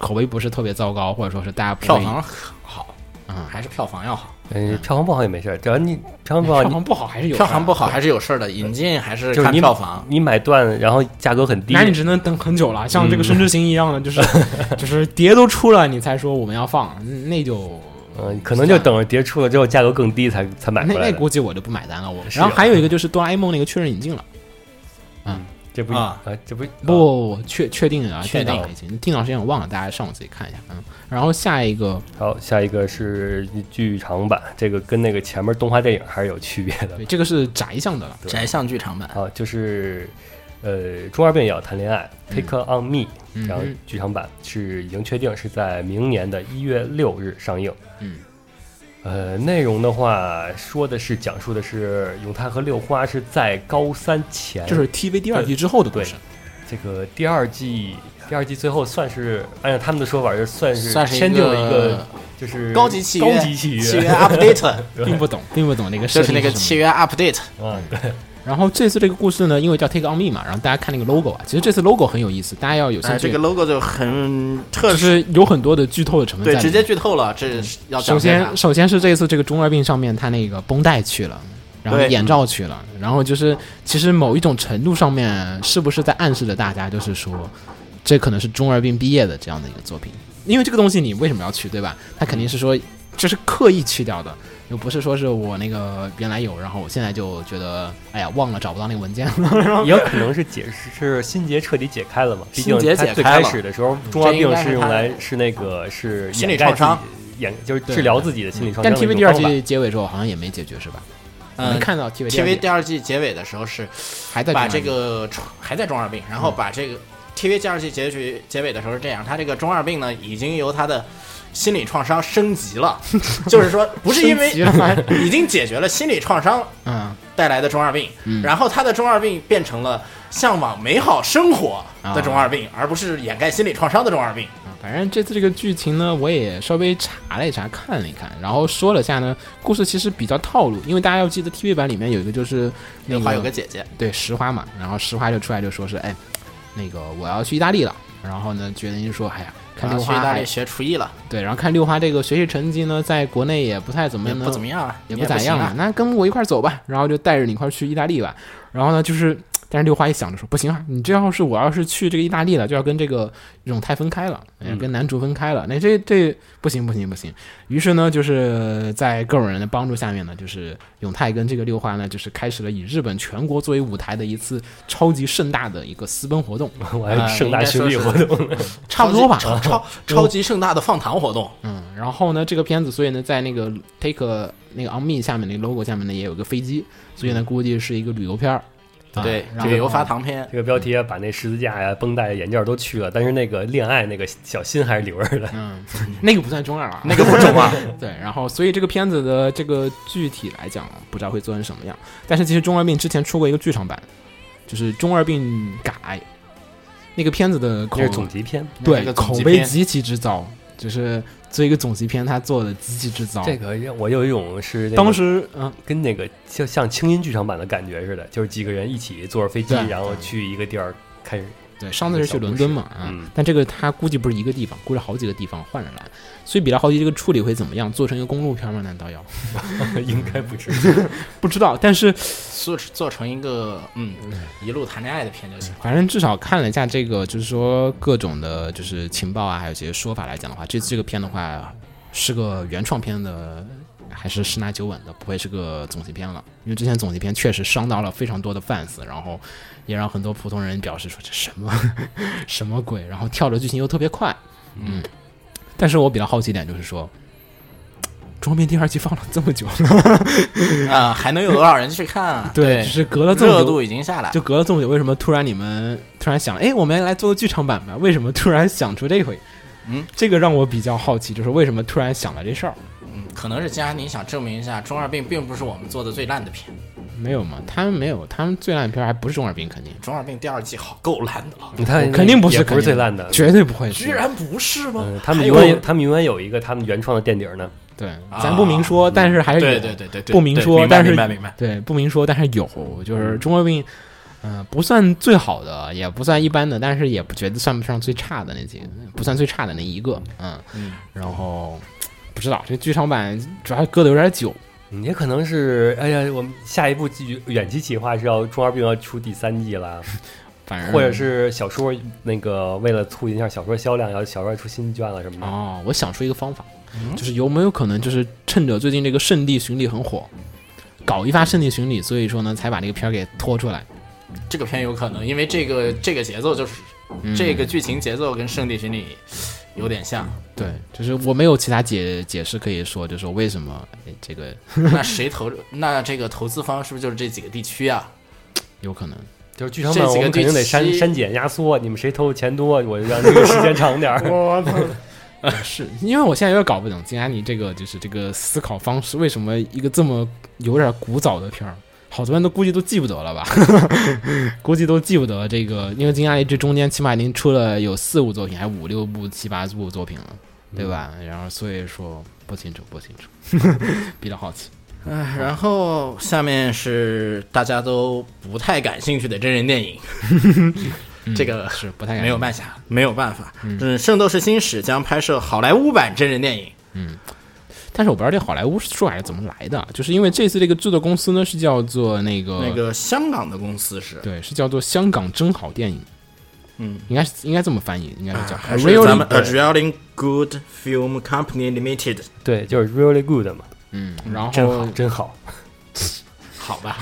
Speaker 2: 口碑不是特别糟糕，或者说是大家不
Speaker 3: 票
Speaker 2: 会
Speaker 3: 房好，
Speaker 2: 嗯
Speaker 3: 还是票房要好。
Speaker 1: 嗯，票房不好也没事儿，只要你票房不好，
Speaker 2: 票
Speaker 1: 你
Speaker 2: 房不好还是有啊
Speaker 3: 票房
Speaker 2: 差
Speaker 3: 不好还是有事儿的，引进还是
Speaker 1: 就是
Speaker 3: 看
Speaker 1: 你
Speaker 3: 票房。
Speaker 1: 你买断，然后价格很低
Speaker 2: 那，你只能等很久了，像这
Speaker 3: 嗯
Speaker 2: 个《生之行》一样的，就是 就是碟都出了，你才说我们要放，那就
Speaker 1: 嗯，可能就等着碟出了之后价格更低才才买
Speaker 2: 那
Speaker 1: 回来
Speaker 2: 那
Speaker 1: 的。
Speaker 2: 估计我就不买单了。我
Speaker 1: 是啊
Speaker 2: 然后还有一个就是《哆啦 A 梦》那个确认引进了，
Speaker 1: 这不
Speaker 3: 啊，
Speaker 1: 这不
Speaker 2: 不不不确确定啊，
Speaker 3: 确定
Speaker 2: 定引进，定档时间我忘了，大家上网自己看一下。嗯，然后下一个
Speaker 1: 好，下一个是剧场版，这个跟那个前面动画电影还是有区别的
Speaker 2: 对。这个是宅向的了，
Speaker 1: 对
Speaker 3: 宅向剧场版，
Speaker 1: 好，就是呃，中二病也要谈恋爱，Take on me，然后
Speaker 2: 嗯
Speaker 1: 剧场版是已经确定是在明年的一月六日上映。
Speaker 2: 嗯，
Speaker 1: 呃，内容的话说的是讲述的是永太和六花是在高三前，
Speaker 2: 这是 TV 第二季之后的故事。
Speaker 1: 这个第二季，第二季最后算是按照他们的说法，就算是
Speaker 3: 算是一
Speaker 1: 签订了一
Speaker 3: 个
Speaker 1: 个就是
Speaker 3: 高级契约，
Speaker 1: 高级啊契约，
Speaker 3: update，
Speaker 2: 并不懂，并不懂那个设
Speaker 3: 就是
Speaker 2: 定
Speaker 3: 那个
Speaker 2: 什么
Speaker 3: 契约 update。
Speaker 1: 嗯， 对，
Speaker 2: 然后这次这个故事呢，因为叫 Take on Me 嘛，然后大家看那个 logo 啊，其实这次 logo 很有意思，大家要有兴
Speaker 3: 哎，
Speaker 2: 趣，
Speaker 3: 这个 logo 就很特
Speaker 2: 就
Speaker 3: 殊，
Speaker 2: 是有很多的剧透的成分在
Speaker 3: 对，
Speaker 2: 里面。
Speaker 3: 直接剧透了，这是要
Speaker 2: 首
Speaker 3: 讲些啥
Speaker 2: 先，首先是这次这个中二病上面，他那个绷带去了，然后
Speaker 3: 对
Speaker 2: 眼罩去了，然后就是其实某一种程度上面，是不是在暗示着大家，就是说，这可能是中二病毕业的这样的一个作品？因为这个东西你为什么要去，对吧？他肯定是说这是刻意去掉的，又不是说是我那个原来有，然后我现在就觉得哎呀忘了找不到那个文件了。
Speaker 1: 也有可能是解释是心结彻底解开了嘛，毕竟
Speaker 3: 心结
Speaker 1: 他
Speaker 3: 解
Speaker 1: 最
Speaker 3: 开
Speaker 1: 开
Speaker 3: 了
Speaker 1: 始的时候，中二
Speaker 3: 应
Speaker 1: 病
Speaker 3: 该是
Speaker 1: 是用
Speaker 3: 他
Speaker 1: 来是那个是
Speaker 3: 心理
Speaker 1: 掩盖
Speaker 3: 创伤
Speaker 1: 自己，掩就是
Speaker 2: 对
Speaker 1: 治疗自己的心理创伤
Speaker 2: 但
Speaker 1: 的一种
Speaker 2: TV
Speaker 1: 方法。
Speaker 2: 第二季结尾之后好像也没解决，是吧？
Speaker 3: 嗯
Speaker 2: 没看到 TV 第二
Speaker 3: TV
Speaker 2: 季
Speaker 3: 第二季结尾的时候是
Speaker 2: 还在
Speaker 3: 把
Speaker 2: 中二
Speaker 3: 这
Speaker 2: 病
Speaker 3: 个中还在中二病，
Speaker 2: 嗯
Speaker 3: 然后把这个 TV 第二季结局结尾的时候是这样，他这个中二病呢已经由他的心理创伤升 级了，就是说不是因为
Speaker 2: 升级了
Speaker 3: 已经解决了心理创伤
Speaker 2: 嗯
Speaker 3: 带来的中二病，
Speaker 2: 嗯
Speaker 3: 然后他的中二病变成了向往美好生活的
Speaker 2: 啊
Speaker 3: 中二病，而不是掩盖心理创伤的中二病。
Speaker 2: 反正这次这个剧情呢，我也稍微查了一查，看了一看，然后说了下呢，故事其实比较套路，因为大家要记得 TV 版里面有一个就是那
Speaker 3: 那
Speaker 2: 个
Speaker 3: 话有个姐姐，
Speaker 2: 对石花嘛，然后石花就出来就说是哎，那个我要去意大利了，然后呢，决定就说哎呀，看
Speaker 3: 然后
Speaker 2: 六
Speaker 3: 啊去
Speaker 2: 花
Speaker 3: 意大利
Speaker 2: 哎
Speaker 3: 学厨艺了，
Speaker 2: 对，然后看六花这个学习成绩呢，在国内也不太怎么
Speaker 3: 也
Speaker 2: 能
Speaker 3: 不怎么样啊，
Speaker 2: 也
Speaker 3: 你
Speaker 2: 不咋
Speaker 3: 行
Speaker 2: 样
Speaker 3: 啊
Speaker 2: 了，那跟我一块儿走吧，然后就带着你一块儿去意大利吧。然后呢，就是，但是六花一想着说，不行啊，你这要是我要是去这个意大利了，就要跟这个永泰分开了，哎跟男主分开了，那这这不行不行不行。于是呢，就是在各种人的帮助下面呢，就是永泰跟这个六花呢，就是开始了以日本全国作为舞台的一次超级盛大的一个私奔活动，
Speaker 1: 我还有
Speaker 3: 呃
Speaker 1: 盛大
Speaker 3: 应该
Speaker 1: 巡
Speaker 3: 说
Speaker 1: 礼
Speaker 3: 是
Speaker 1: 活动，
Speaker 2: 差不多吧。
Speaker 3: 超级超超 超级盛大的放糖活动，
Speaker 2: 嗯，然后呢，这个片子，所以呢，在那个 Take a- 那个 On Me 下面那个 logo 下面呢，也有个飞机，所以呢，估计是一个旅游片儿。
Speaker 3: 嗯对，
Speaker 2: 啊然
Speaker 3: 这
Speaker 2: 后
Speaker 3: 个有发糖片，
Speaker 1: 这个标题啊，把那十字架呀、绷带呀、眼镜儿都去了，但是那个恋爱那个小心还是留着的。
Speaker 2: 嗯，那个不算中二啊，
Speaker 3: 那个不重要。
Speaker 2: 对，然后所以这个片子的这个具体来讲，不知道会做成什么样。但是其实《中二病》之前出过一个剧场版，就是《中二病改》，那个片子的口
Speaker 1: 这是总集篇，
Speaker 3: 那
Speaker 2: 对
Speaker 3: 个总
Speaker 2: 口
Speaker 3: 集
Speaker 2: 碑
Speaker 3: 片
Speaker 2: 极其之糟，就是作为一个总集片，他做的极其之糟。
Speaker 1: 这个让我有一种是那个
Speaker 2: 当时嗯，
Speaker 1: 跟那个像像轻音剧场版的感觉似的，就是几个人一起坐着飞机，
Speaker 2: 对
Speaker 1: 然后去一个地儿开始
Speaker 2: 对，上次是去伦敦嘛，
Speaker 1: 小故事嗯
Speaker 2: 啊但这个他估计不是一个地方，估计好几个地方换着来，所以比较好奇这个处理会怎么样，做成一个公路片吗？难道要
Speaker 1: 应该不止。
Speaker 2: 不知道？但是
Speaker 3: 做做成一个嗯一路谈恋爱的片就行。
Speaker 2: 反正至少看了一下这个，就是说各种的，就是情报啊，还有一些说法来讲的话，这这个片的话是个原创片的，还是十拿九稳的，不会是个总集片了。因为之前总集片确实伤到了非常多的 fans，然后也让很多普通人表示说这什么 什么鬼，然后跳的剧情又特别快，嗯。但是我比较好奇一点就是说，《装病》第二季放了这么久了，
Speaker 3: 啊，还能有多少人去看 啊？
Speaker 2: 只嗯是隔了这么久
Speaker 3: 热度已经下来，
Speaker 2: 就隔了这么久，为什么突然你们突然想，哎，我们来做个剧场版吧？为什么突然想出这回？
Speaker 3: 嗯，
Speaker 2: 这个让我比较好奇，就是为什么突然想了这事儿？
Speaker 3: 嗯可能是佳宁想证明一下《中二病》并不是我们做的最烂的片，
Speaker 2: 没有嘛？他们没有，他们最烂片还不是中二病，肯定
Speaker 3: 《中二病》第二季好够烂的了，
Speaker 2: 嗯
Speaker 1: 你看，
Speaker 2: 肯定不是
Speaker 1: 也不是最烂的，
Speaker 2: 绝对不会是。
Speaker 3: 呃居然不是吗？
Speaker 1: 嗯，他们
Speaker 3: 还
Speaker 1: 永远
Speaker 3: 有
Speaker 1: 他们永远有一个他们原创的垫底儿呢。
Speaker 2: 对，
Speaker 3: 啊
Speaker 2: 咱不明说，但是还是有
Speaker 3: 对对对对
Speaker 2: 哎
Speaker 3: 对，
Speaker 2: 不明说，
Speaker 3: 对
Speaker 2: 但是
Speaker 3: 明白明白明白，
Speaker 2: 对不明说，但是有，就是中二病。嗯、不算最好的，也不算一般的，但是也不觉得算不上最差的那几个，不算最差的那一个，嗯，
Speaker 3: 嗯
Speaker 2: 然后不知道这剧场版主要搁的有点久，
Speaker 1: 嗯也可能是，哎呀，我们下一步剧远期企划是要《中二病》要出第三季了，
Speaker 2: 反正
Speaker 1: 或者是小说那个为了促进一下小说销量，要小说要出新卷了什么的。
Speaker 2: 哦，我想出一个方法，
Speaker 3: 嗯
Speaker 2: 就是有没有可能就是趁着最近这个圣地巡礼很火，搞一发圣地巡礼，所以说呢才把这个片儿给拖出来。
Speaker 3: 这个片有可能，因为这个这个节奏就是
Speaker 2: 嗯
Speaker 3: 这个剧情节奏跟《圣地巡礼》有点像，
Speaker 2: 对，就是我没有其他解解释可以说，就是说为什么哎这个
Speaker 3: 那谁投？ 那这个投资方是不是就是这几个地区啊？
Speaker 2: 有可能。
Speaker 1: 就是剧场版，
Speaker 3: 这
Speaker 1: 我
Speaker 3: 几个
Speaker 1: 们肯定得删
Speaker 3: 第七
Speaker 1: 删减压缩，你们谁投的钱多，我让这个时间长点儿。
Speaker 2: 是 因为我现在有点搞不懂金安妮这个就是这个思考方式，为什么一个这么有点古早的片儿，好多人都估计都记不得了吧？ 估计都记不得这个，因为金安妮这中间起码已经出了有四部作品，还五六部、七八部作品了，
Speaker 3: 嗯
Speaker 2: 对吧？然后所以说不清楚，不清楚， 比较好奇。
Speaker 3: 哎，然后下面是大家都不太感兴趣的真人电影， 这个
Speaker 2: 是不太敢
Speaker 3: 没有办法，没有办法。哎嗯，《圣斗士星矢》将拍摄好莱坞版真人电影，
Speaker 2: 但是我不知道这好莱坞说法是怎么来的，就是因为这次这个制作公司呢是叫做那个
Speaker 3: 那个香港的公司是，
Speaker 2: 对，是叫做香港真好电影，
Speaker 3: 嗯，
Speaker 2: 应该是应该这么翻译，应该是叫
Speaker 3: 还
Speaker 2: A
Speaker 3: 是咱们
Speaker 2: Really，
Speaker 3: Adrenaline Good Film Company Limited？
Speaker 1: 对，就是 really good 嘛，
Speaker 2: 嗯，然
Speaker 1: 真好
Speaker 2: 后，
Speaker 1: 真好。
Speaker 3: 好 吧，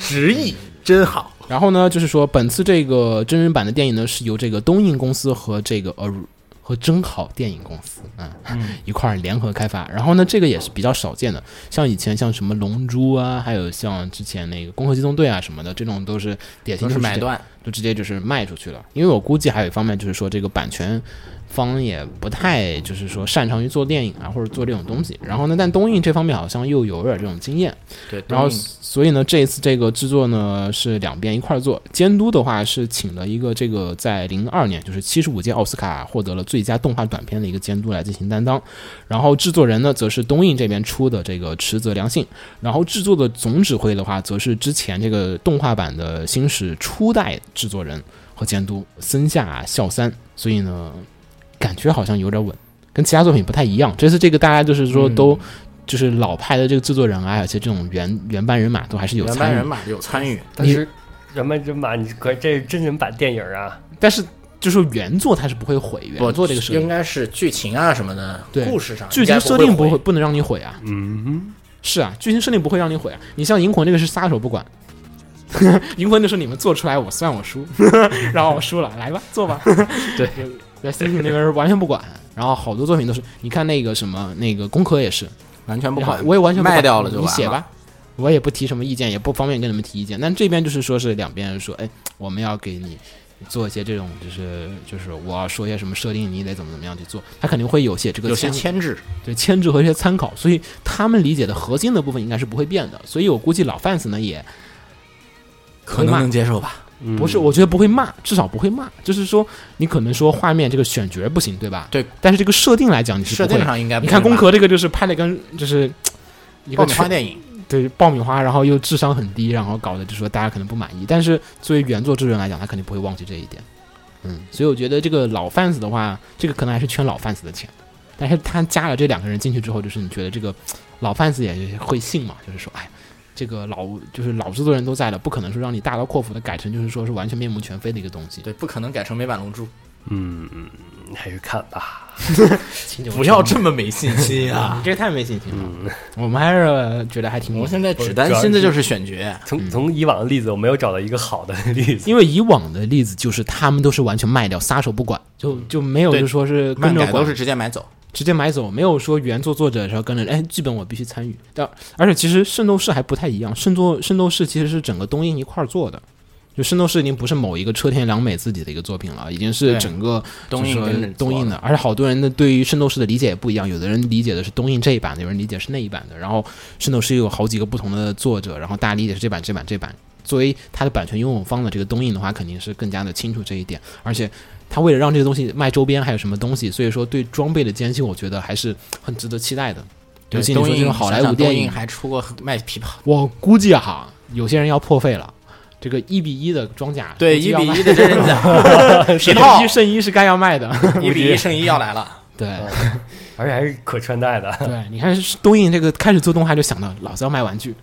Speaker 3: 直译真好。
Speaker 2: 然后呢，就是说本次这个真人版的电影呢，是由这个东映公司和这个呃和真好电影公司啊、
Speaker 3: 嗯
Speaker 2: 一块儿联合开发。然后呢，这个也是比较少见的，像以前像什么《龙珠》啊，还有像之前那个《攻壳机动队》啊什么的，这种都是典型
Speaker 3: 都是
Speaker 2: 就是
Speaker 3: 买断，
Speaker 2: 就直接就是卖出去了。因为我估计还有一方面就是说，这个版权方也不太就是说擅长于做电影啊，或者做这种东西。然后呢，但东映这方面好像又有点这种经验，
Speaker 3: 对，
Speaker 2: 然后
Speaker 3: 东映
Speaker 2: 所以呢，这一次这个制作呢是两边一块儿做。监督的话是请了一个这个在零二年就是七十五届奥斯卡获得了最佳动画短片的一个监督来进行担当，然后制作人呢则是东映这边出的这个池泽良信，然后制作的总指挥的话则是之前这个动画版的星矢初代制作人和监督森下孝三，所以呢感觉好像有点稳，跟其他作品不太一样。这次这个大家就是说都。就是老派的这个制作人啊，而且这种原原班人马都还是有
Speaker 3: 原
Speaker 2: 参
Speaker 3: 班
Speaker 2: 与
Speaker 3: 人马有参与，
Speaker 1: 但是人们人马，你可这是真人版电影啊，
Speaker 2: 但是就是原作它是不会毁原作这个设
Speaker 3: 应
Speaker 2: 定，
Speaker 3: 该是剧情啊什么的，
Speaker 2: 对
Speaker 3: 故事上
Speaker 2: 剧情设定
Speaker 3: 不
Speaker 2: 不会不能让你毁啊。
Speaker 1: 嗯，
Speaker 2: 是啊，剧情设定不会让你毁啊。你像银魂这个是撒手不管， 银魂就是你们做出来我算我输， 然后我输了来吧做 吧。
Speaker 1: 对，
Speaker 2: 在星星那边是完全不管。然后好多作品都是，你看那个什么那个工科也是，
Speaker 3: 完全不
Speaker 2: 然后
Speaker 3: 管，
Speaker 2: 我也完全不管
Speaker 3: 卖掉了就
Speaker 2: 你
Speaker 3: 完
Speaker 2: 写
Speaker 3: 了。
Speaker 2: 吧，我也不提什么意见，也不方便跟你们提意见。但这边就是说是两边说，哎，我们要给你做一些这种，就是就是我说一些什么设定，你得怎么怎么样去做，他肯定会有些这个
Speaker 3: 有些
Speaker 2: 牵
Speaker 3: 牵制，
Speaker 2: 对牵制和一些参考，所以他们理解的核心的部分应该是不会变的。所以我估计老 fans 呢也
Speaker 6: 可能能接受吧。
Speaker 1: 嗯
Speaker 2: 不是，我觉得不会骂，至少不会骂。就是说，你可能说画面这个选角不行，对吧？
Speaker 3: 对。
Speaker 2: 但是这个设定来讲，你是
Speaker 3: 设
Speaker 2: 不会
Speaker 3: 定上应该不
Speaker 2: 你
Speaker 3: 会
Speaker 2: 看
Speaker 3: 吧
Speaker 2: 宫壳这个就是拍了跟就是一
Speaker 3: 爆
Speaker 2: 个
Speaker 3: 米花电影，
Speaker 2: 对爆米花，然后又智商很低，然后搞得就说大家可能不满意。但是作为原作之人来讲，他肯定不会忘记这一点。嗯，所以我觉得这个老 fans 的话，这个可能还是圈老 fans 的钱。但是他加了这两个人进去之后，就是你觉得这个老 fans 也会信嘛？就是说，哎，这个老就是老制作人都在了，不可能说让你大刀阔斧的改成就是说是完全面目全非的一个东西。
Speaker 3: 对，不可能改成美版龙珠，
Speaker 1: 嗯，嗯还是看吧。
Speaker 3: 不要这么没信心啊！
Speaker 2: 你这个太没信心了。
Speaker 1: 嗯，
Speaker 2: 我们还是觉得还挺
Speaker 3: 我
Speaker 2: 好
Speaker 3: 们现在只担心的就是选角，
Speaker 1: 从从以往的例子，我没有找到一个好的例子。
Speaker 2: 因为以往的例子就是他们都是完全卖掉，撒手不管，就就没有
Speaker 3: 嗯对
Speaker 2: 就说是
Speaker 3: 漫
Speaker 2: 跟着
Speaker 3: 改
Speaker 2: 管
Speaker 3: 都是直接买走。
Speaker 2: 直接买走，没有说原作作者然后跟着，哎，剧本我必须参与。但而且其实《圣斗士》还不太一样，《圣斗圣斗士》其实是整个东映一块儿做的。就《圣斗士》已经不是某一个车田良美自己的一个作品了，已经是
Speaker 3: 对
Speaker 2: 整个
Speaker 3: 东映
Speaker 2: 就是说
Speaker 3: 跟着做
Speaker 2: 东映的，而且好多人的对于《圣斗士》的理解也不一样，有的人理解的是东映这一版的，有人理解是那一版的。然后《圣斗士》有好几个不同的作者，然后大家理解是这版、这版、这版。作为它的版权拥有方的这个东映的话，肯定是更加的清楚这一点，而且他为了让这个东西卖周边，还有什么东西，所以说对装备的艰辛，我觉得还是很值得期待的。尤其你
Speaker 3: 东
Speaker 2: 说这
Speaker 3: 映
Speaker 2: 种好莱
Speaker 3: 想
Speaker 2: 坞
Speaker 3: 想
Speaker 2: 电
Speaker 3: 东
Speaker 2: 影
Speaker 3: 映，还出过卖皮袍，
Speaker 2: 我估计哈，有些人要破费了。这个一比一的装甲，
Speaker 3: 对，
Speaker 2: 估计
Speaker 3: 一
Speaker 2: 要
Speaker 3: 比
Speaker 2: 卖
Speaker 3: 一的真 人奖，皮
Speaker 2: 一
Speaker 3: 套
Speaker 2: 比一剩一是该要卖 的。
Speaker 3: 一比一剩一要来了，
Speaker 2: 对
Speaker 1: 而且还是可穿戴 的。
Speaker 2: 对，你看东映这个开始做动画就想到，老子要卖玩具，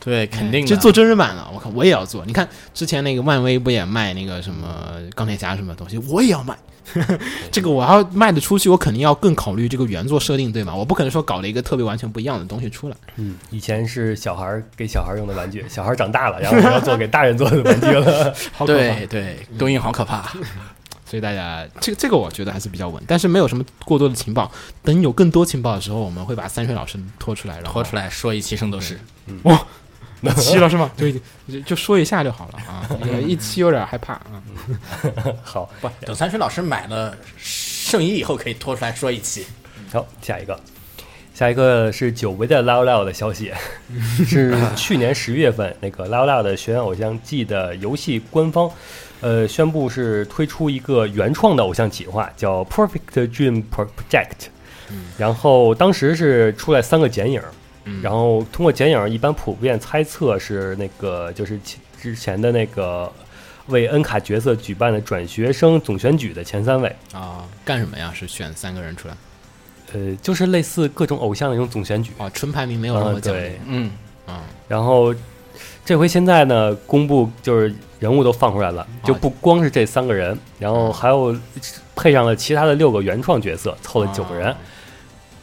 Speaker 3: 对，肯定
Speaker 2: 就
Speaker 3: 的。
Speaker 2: 做真人版了。我靠，我也要做。你看之前那个漫威不也卖那个什么钢铁侠什么东西，我也要卖。 这个我要卖得出去，我肯定要更考虑这个原作设定，对吗？我不可能说搞了一个特别完全不一样的东西出来。
Speaker 1: 嗯，以前是小孩儿给小孩儿用的玩具，小孩儿长大了，然后我要做给大人做的玩具 了。
Speaker 2: 好可怕
Speaker 3: 对对，东映好可怕，
Speaker 2: 所以大家这个这个我觉得还是比较稳，但是没有什么过多的情报。等有更多情报的时候，我们会把三水老师拖出来，然后
Speaker 3: 拖出来说一期圣斗士，
Speaker 2: 来期了是 吗？就已经就就说一下就好了啊，一期有点害怕啊。
Speaker 1: 好，
Speaker 3: 不，等三水老师买了圣衣以后可以拖出来说一期。
Speaker 1: 好，下一个，下一个是久违的 Lao Lao 的消息，是去年十月份那个 Lao Lao 的《学院偶像季》的游戏官方，呃，宣布是推出一个原创的偶像企划，叫 Perfect Dream Project。然后当时是出来三个剪影儿，然后通过剪影儿一般普遍猜测是那个就是其之前的那个为恩卡角色举办的转学生总选举的前三位。
Speaker 2: 啊，干什么呀？是选三个人出来
Speaker 1: 呃，就是类似各种偶像的那种总选举。
Speaker 2: 哦，纯排名没有任
Speaker 1: 嗯，
Speaker 2: 何奖
Speaker 1: 对
Speaker 2: 励。
Speaker 3: 嗯，
Speaker 2: 啊，
Speaker 1: 然后这回现在呢，公布就是人物都放出来了，
Speaker 2: 嗯
Speaker 1: 就不光是这三个人，然后还有配上了其他的六个原创角色，凑了九个人
Speaker 2: 啊。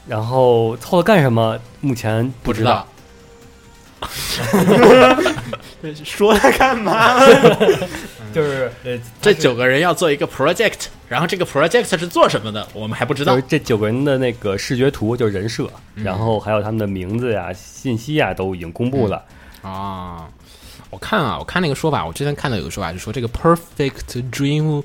Speaker 1: 然后凑了干什么？目前不
Speaker 3: 不知道，
Speaker 6: 说他干嘛？
Speaker 1: 就是呃，
Speaker 3: 这九个人要做一个 project，然后这个 project 是做什么的，我们还不知
Speaker 1: 就
Speaker 3: 道
Speaker 1: 是。这九个人的那个视觉图，就是人设，
Speaker 2: 嗯
Speaker 1: 然后还有他们的名字呀、信息呀，都已经公布了。
Speaker 2: 啊，我看啊，我看那个说法，我之前看到有个说法，就说这个 Perfect Dream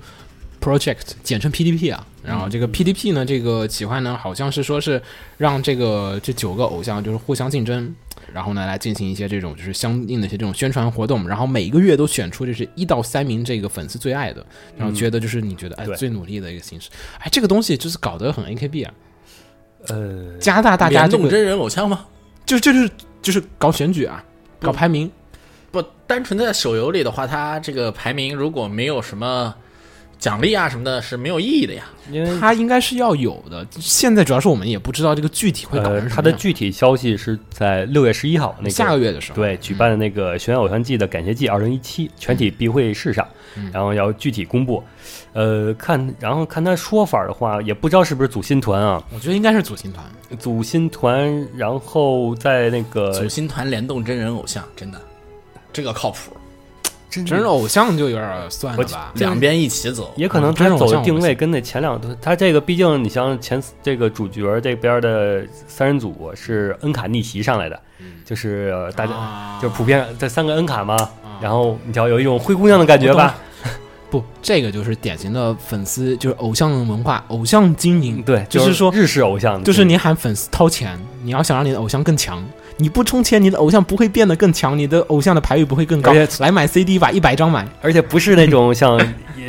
Speaker 2: Project，简称 PDP 啊。然后这
Speaker 1: 嗯
Speaker 2: 个 PDP 呢，这个企划呢，好像是说是让这个这九个偶像就是互相竞争，然后呢来进行一些这种就是相应的一些这种宣传活动，然后每个月都选出就是一到三名这个粉丝最爱的，然后觉得就是你觉得哎
Speaker 1: 嗯对
Speaker 2: 最努力的一个形式，哎这个东西就是搞得很 AKB 啊，
Speaker 1: 呃，
Speaker 2: 加大大家
Speaker 3: 联
Speaker 2: 这
Speaker 3: 动
Speaker 2: 个
Speaker 3: 真人偶像吗？
Speaker 2: 就就就是就是搞选举啊，搞排名。
Speaker 3: 不，单纯在手游里的话，它这个排名如果没有什么奖励啊什么的，是没有意义的呀。
Speaker 1: 因为
Speaker 2: 它应该是要有的。现在主要是我们也不知道这个具体会搞成
Speaker 1: 呃，
Speaker 2: 什么样。
Speaker 1: 它的具体消息是在六月十一号那个
Speaker 2: 下个月的时候，
Speaker 1: 对，举办的那个《学院偶像季》的感谢季二零一七全体闭会式上，
Speaker 2: 嗯
Speaker 1: 然后要具体公布。呃，看，然后看他说法的话，也不知道是不是组新团啊，
Speaker 2: 我觉得应该是组新团。
Speaker 1: 组新团，然后在那个
Speaker 3: 呃组新团联动真人偶像，真的，这个靠谱。啊
Speaker 1: 真
Speaker 2: 真是偶像就有点算了吧。
Speaker 3: 两边一起走，
Speaker 1: 也可能
Speaker 2: 嗯这
Speaker 1: 他
Speaker 2: 种
Speaker 1: 走
Speaker 2: 像
Speaker 1: 的
Speaker 2: 我
Speaker 1: 定
Speaker 2: 们
Speaker 1: 位
Speaker 2: 现
Speaker 1: 跟那前两个，他这个毕竟你像前这个主角这边的三人组是恩卡逆袭上来的，就是呃大家
Speaker 2: 嗯啊
Speaker 1: 就是普遍这三个恩卡嘛，
Speaker 2: 啊
Speaker 1: 然后你瞧有一种灰姑娘的感觉吧，
Speaker 2: 不，这个就是典型的粉丝，就是偶像文化、偶像经营。
Speaker 1: 对，
Speaker 2: 就是说，
Speaker 1: 日式偶像，
Speaker 2: 就是你喊粉丝掏钱，你要想让你的偶像更强，你不充钱，你的偶像不会变得更强，你的偶像的排位不会更高
Speaker 1: 而且。
Speaker 2: 来买 CD 吧，一百张买。
Speaker 1: 而且不是那 种像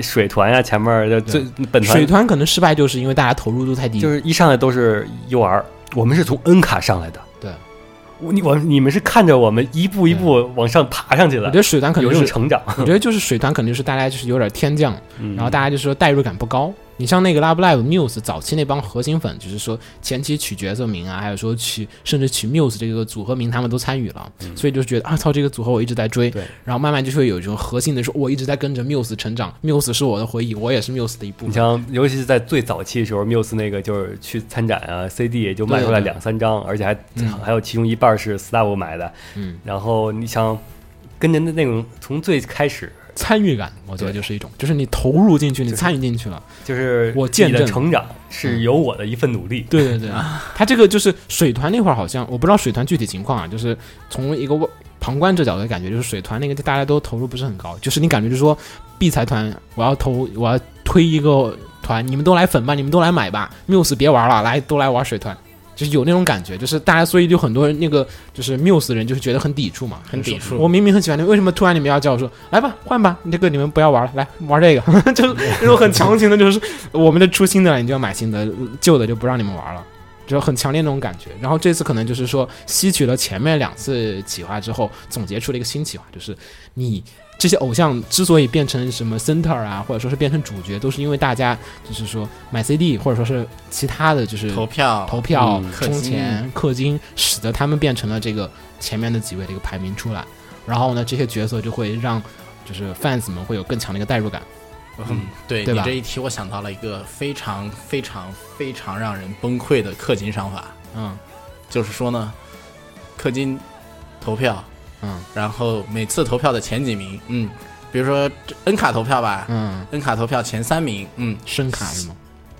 Speaker 1: 水团呀、前面儿的最本
Speaker 2: 水
Speaker 1: 团，
Speaker 2: 团可能失败就是因为大家投入度太低。
Speaker 1: 就是一上来都是 UR，我们是从 N 卡上来的，
Speaker 2: 对
Speaker 1: 我你我你们是看着我们一步一步往上爬上去
Speaker 2: 我
Speaker 1: 的
Speaker 2: 觉，得水团肯
Speaker 1: 有
Speaker 2: 定
Speaker 1: 这种
Speaker 2: 是，
Speaker 1: 成长，
Speaker 2: 我觉得就是水团肯定是大家就是有点天降，然后
Speaker 1: 大
Speaker 2: 大家就说代入感不高。你像那个 Love Live Muse 早期那帮核心粉，就是说前期取角色名啊，还有说取甚至取 Muse 这个组合名，他们都参与了，所以就觉得啊操，这个组合我一直在追
Speaker 1: 嗯对，
Speaker 2: 然后慢慢就会有一种核心的说，我一直在跟着 Muse 成长，Muse 是我的回忆，我也是 Muse 的一部
Speaker 1: 你
Speaker 2: 分。
Speaker 1: 像，尤其是在最早期的时候，Muse 那个就是去参展啊，CD 也就卖出来
Speaker 2: 对对对
Speaker 1: 两三张，而且还、
Speaker 2: 嗯
Speaker 1: 还有其中一半是 Slav 买的。
Speaker 2: 嗯，
Speaker 1: 然后你想跟人的那种从最开始
Speaker 2: 参与感，我觉得
Speaker 1: 对
Speaker 2: 就是一种，就是你投入进去，你参与进去了。
Speaker 1: 就是
Speaker 2: 我见
Speaker 1: 你
Speaker 2: 证
Speaker 1: 的成长是有我的一份努力。
Speaker 2: 对对对，他这个就是水团那会儿好像我不知道水团具体情况啊，就是从一个外旁观者角度的感觉，就是水团那个大家都投入不是很高，就是你感觉就是说 B 财团我要投我要推一个团，你们都来粉吧，你们都来买吧，Muse 别玩了，来都来玩水团。就是有那种感觉，就是大家，所以就很多人那个就是 Muse 的人，就是觉得很抵触嘛，很
Speaker 3: 抵触
Speaker 2: 我明明很喜欢你，为什么突然你们要叫我说来吧，换吧，这个你们不要玩了，来玩这个， 就是那种很强行的，就是我们的出新的了，你就要买新的，旧的就不让你们玩了。就很强烈那种感觉。然后这次可能就是说，吸取了前面两次企划之后，总结出了一个新企划，就是你这些偶像之所以变成什么 center 啊，或者说是变成主角，都是因为大家就是说买 CD，或者说是其他的就是
Speaker 3: 投票
Speaker 2: 投票、
Speaker 3: 嗯氪
Speaker 2: 充
Speaker 3: 金
Speaker 2: 钱、氪金，使得他们变成了这个前面的几位的一个排名出来。然后呢，这些角色就会让就是 fans 们会有更强的一个代入感。
Speaker 3: 嗯，对
Speaker 2: 对
Speaker 3: 你
Speaker 2: 吧
Speaker 3: 这一提，我想到了一个非常非常非常让人崩溃的氪金商法，
Speaker 2: 嗯
Speaker 3: 就是说呢，氪金投票，
Speaker 2: 嗯
Speaker 3: 然后每次投票的前几名，嗯，比如说这 N 卡投票吧、
Speaker 2: 嗯，
Speaker 3: n 卡投票前三名，嗯，
Speaker 2: 声卡是吗？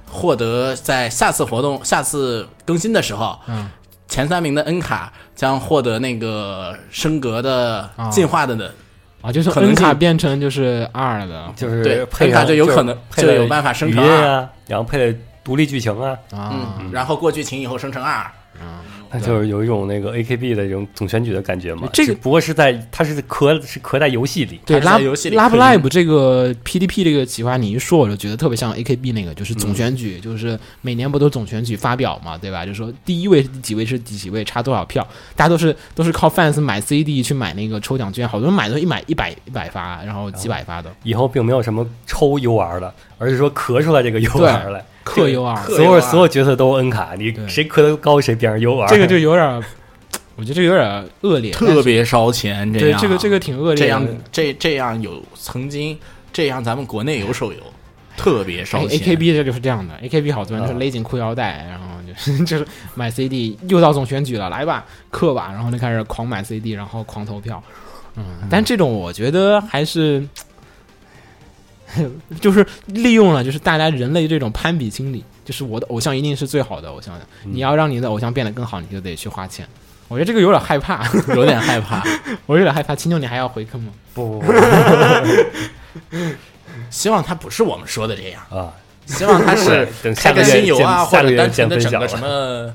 Speaker 3: 获得在下次活动、下次更新的时候，
Speaker 2: 嗯，
Speaker 3: 前三名的 N 卡将获得那个升格的
Speaker 2: 啊
Speaker 3: 进化的的，
Speaker 2: 啊，就是
Speaker 3: 可能
Speaker 2: N 卡
Speaker 3: 性
Speaker 2: 变成就是 R 了
Speaker 1: 就是
Speaker 3: 对
Speaker 1: 配
Speaker 3: 很大
Speaker 1: 上
Speaker 3: 就有可能
Speaker 1: 是配了
Speaker 3: 就有办法生成
Speaker 1: 语音啊，然后配了独立剧情啊，
Speaker 2: 啊，
Speaker 3: 嗯，然后过剧情以后生成二，嗯
Speaker 1: 那就是有一种那个 AKB 的这种总选举的感觉嘛。
Speaker 2: 这个
Speaker 1: 只不过是在它是壳是壳在游戏里，
Speaker 2: 对
Speaker 3: 它是在
Speaker 2: 拉
Speaker 3: 游戏里
Speaker 2: 拉布
Speaker 3: 可以
Speaker 2: live 这个 PDP 这个企划，你一说我就觉得特别像 AKB 那个，就是
Speaker 3: 嗯
Speaker 2: 总选举，就是每年不都总选举发表嘛，对吧？就说第一位是第几位是第几位，差多少票，大家都是都是靠 fans 买 CD 去买那个抽奖券，好多人买都一买一百一百发，然后几百发
Speaker 3: 哦
Speaker 2: 的
Speaker 1: 以后并没有什么抽 UR 了，而是说壳出来这个 UR 来。
Speaker 2: 克 U 啊，
Speaker 1: 所有所有角色都 N 卡，你
Speaker 2: 对
Speaker 1: 谁磕得高谁边上 U R。
Speaker 2: 这个就有点儿，我觉得这个有点儿恶劣，
Speaker 3: 特别烧钱，
Speaker 2: 但是对
Speaker 3: 样
Speaker 2: 这个这个挺恶
Speaker 3: 这
Speaker 2: 劣
Speaker 3: 样
Speaker 2: 的。
Speaker 3: 这这样有曾经这样，咱们国内有手游特别烧
Speaker 2: 哎 A
Speaker 3: 钱啊
Speaker 2: K B 这就是这样的，A K B 好多人就是勒紧裤腰带，然后就是 就是买 C D，又到总选举了，来吧，氪吧，然后就开始狂买 C D，然后狂投票。嗯，但这种我觉得还是， 就是利用了就是大家人类这种攀比心理，就是我的偶像一定是最好的偶像，
Speaker 3: 嗯
Speaker 2: 你要让你的偶像变得更好，你就得去花钱。我觉得这个有点害怕，
Speaker 3: 有点害怕。
Speaker 2: 我有点害怕。青牛，你还要回坑吗？
Speaker 1: 不
Speaker 3: 希望它不是我们说的这样，
Speaker 1: 啊，
Speaker 3: 希望它是
Speaker 1: 等
Speaker 3: 开
Speaker 1: 嗯下
Speaker 3: 个
Speaker 1: 个
Speaker 3: 新
Speaker 1: 月
Speaker 3: 游啊，
Speaker 1: 见
Speaker 3: 或
Speaker 1: 下个
Speaker 3: 者
Speaker 1: 月
Speaker 3: 单纯
Speaker 1: 见
Speaker 3: 的
Speaker 1: 分
Speaker 3: 整
Speaker 1: 享
Speaker 3: 个什
Speaker 1: 了，
Speaker 3: 么。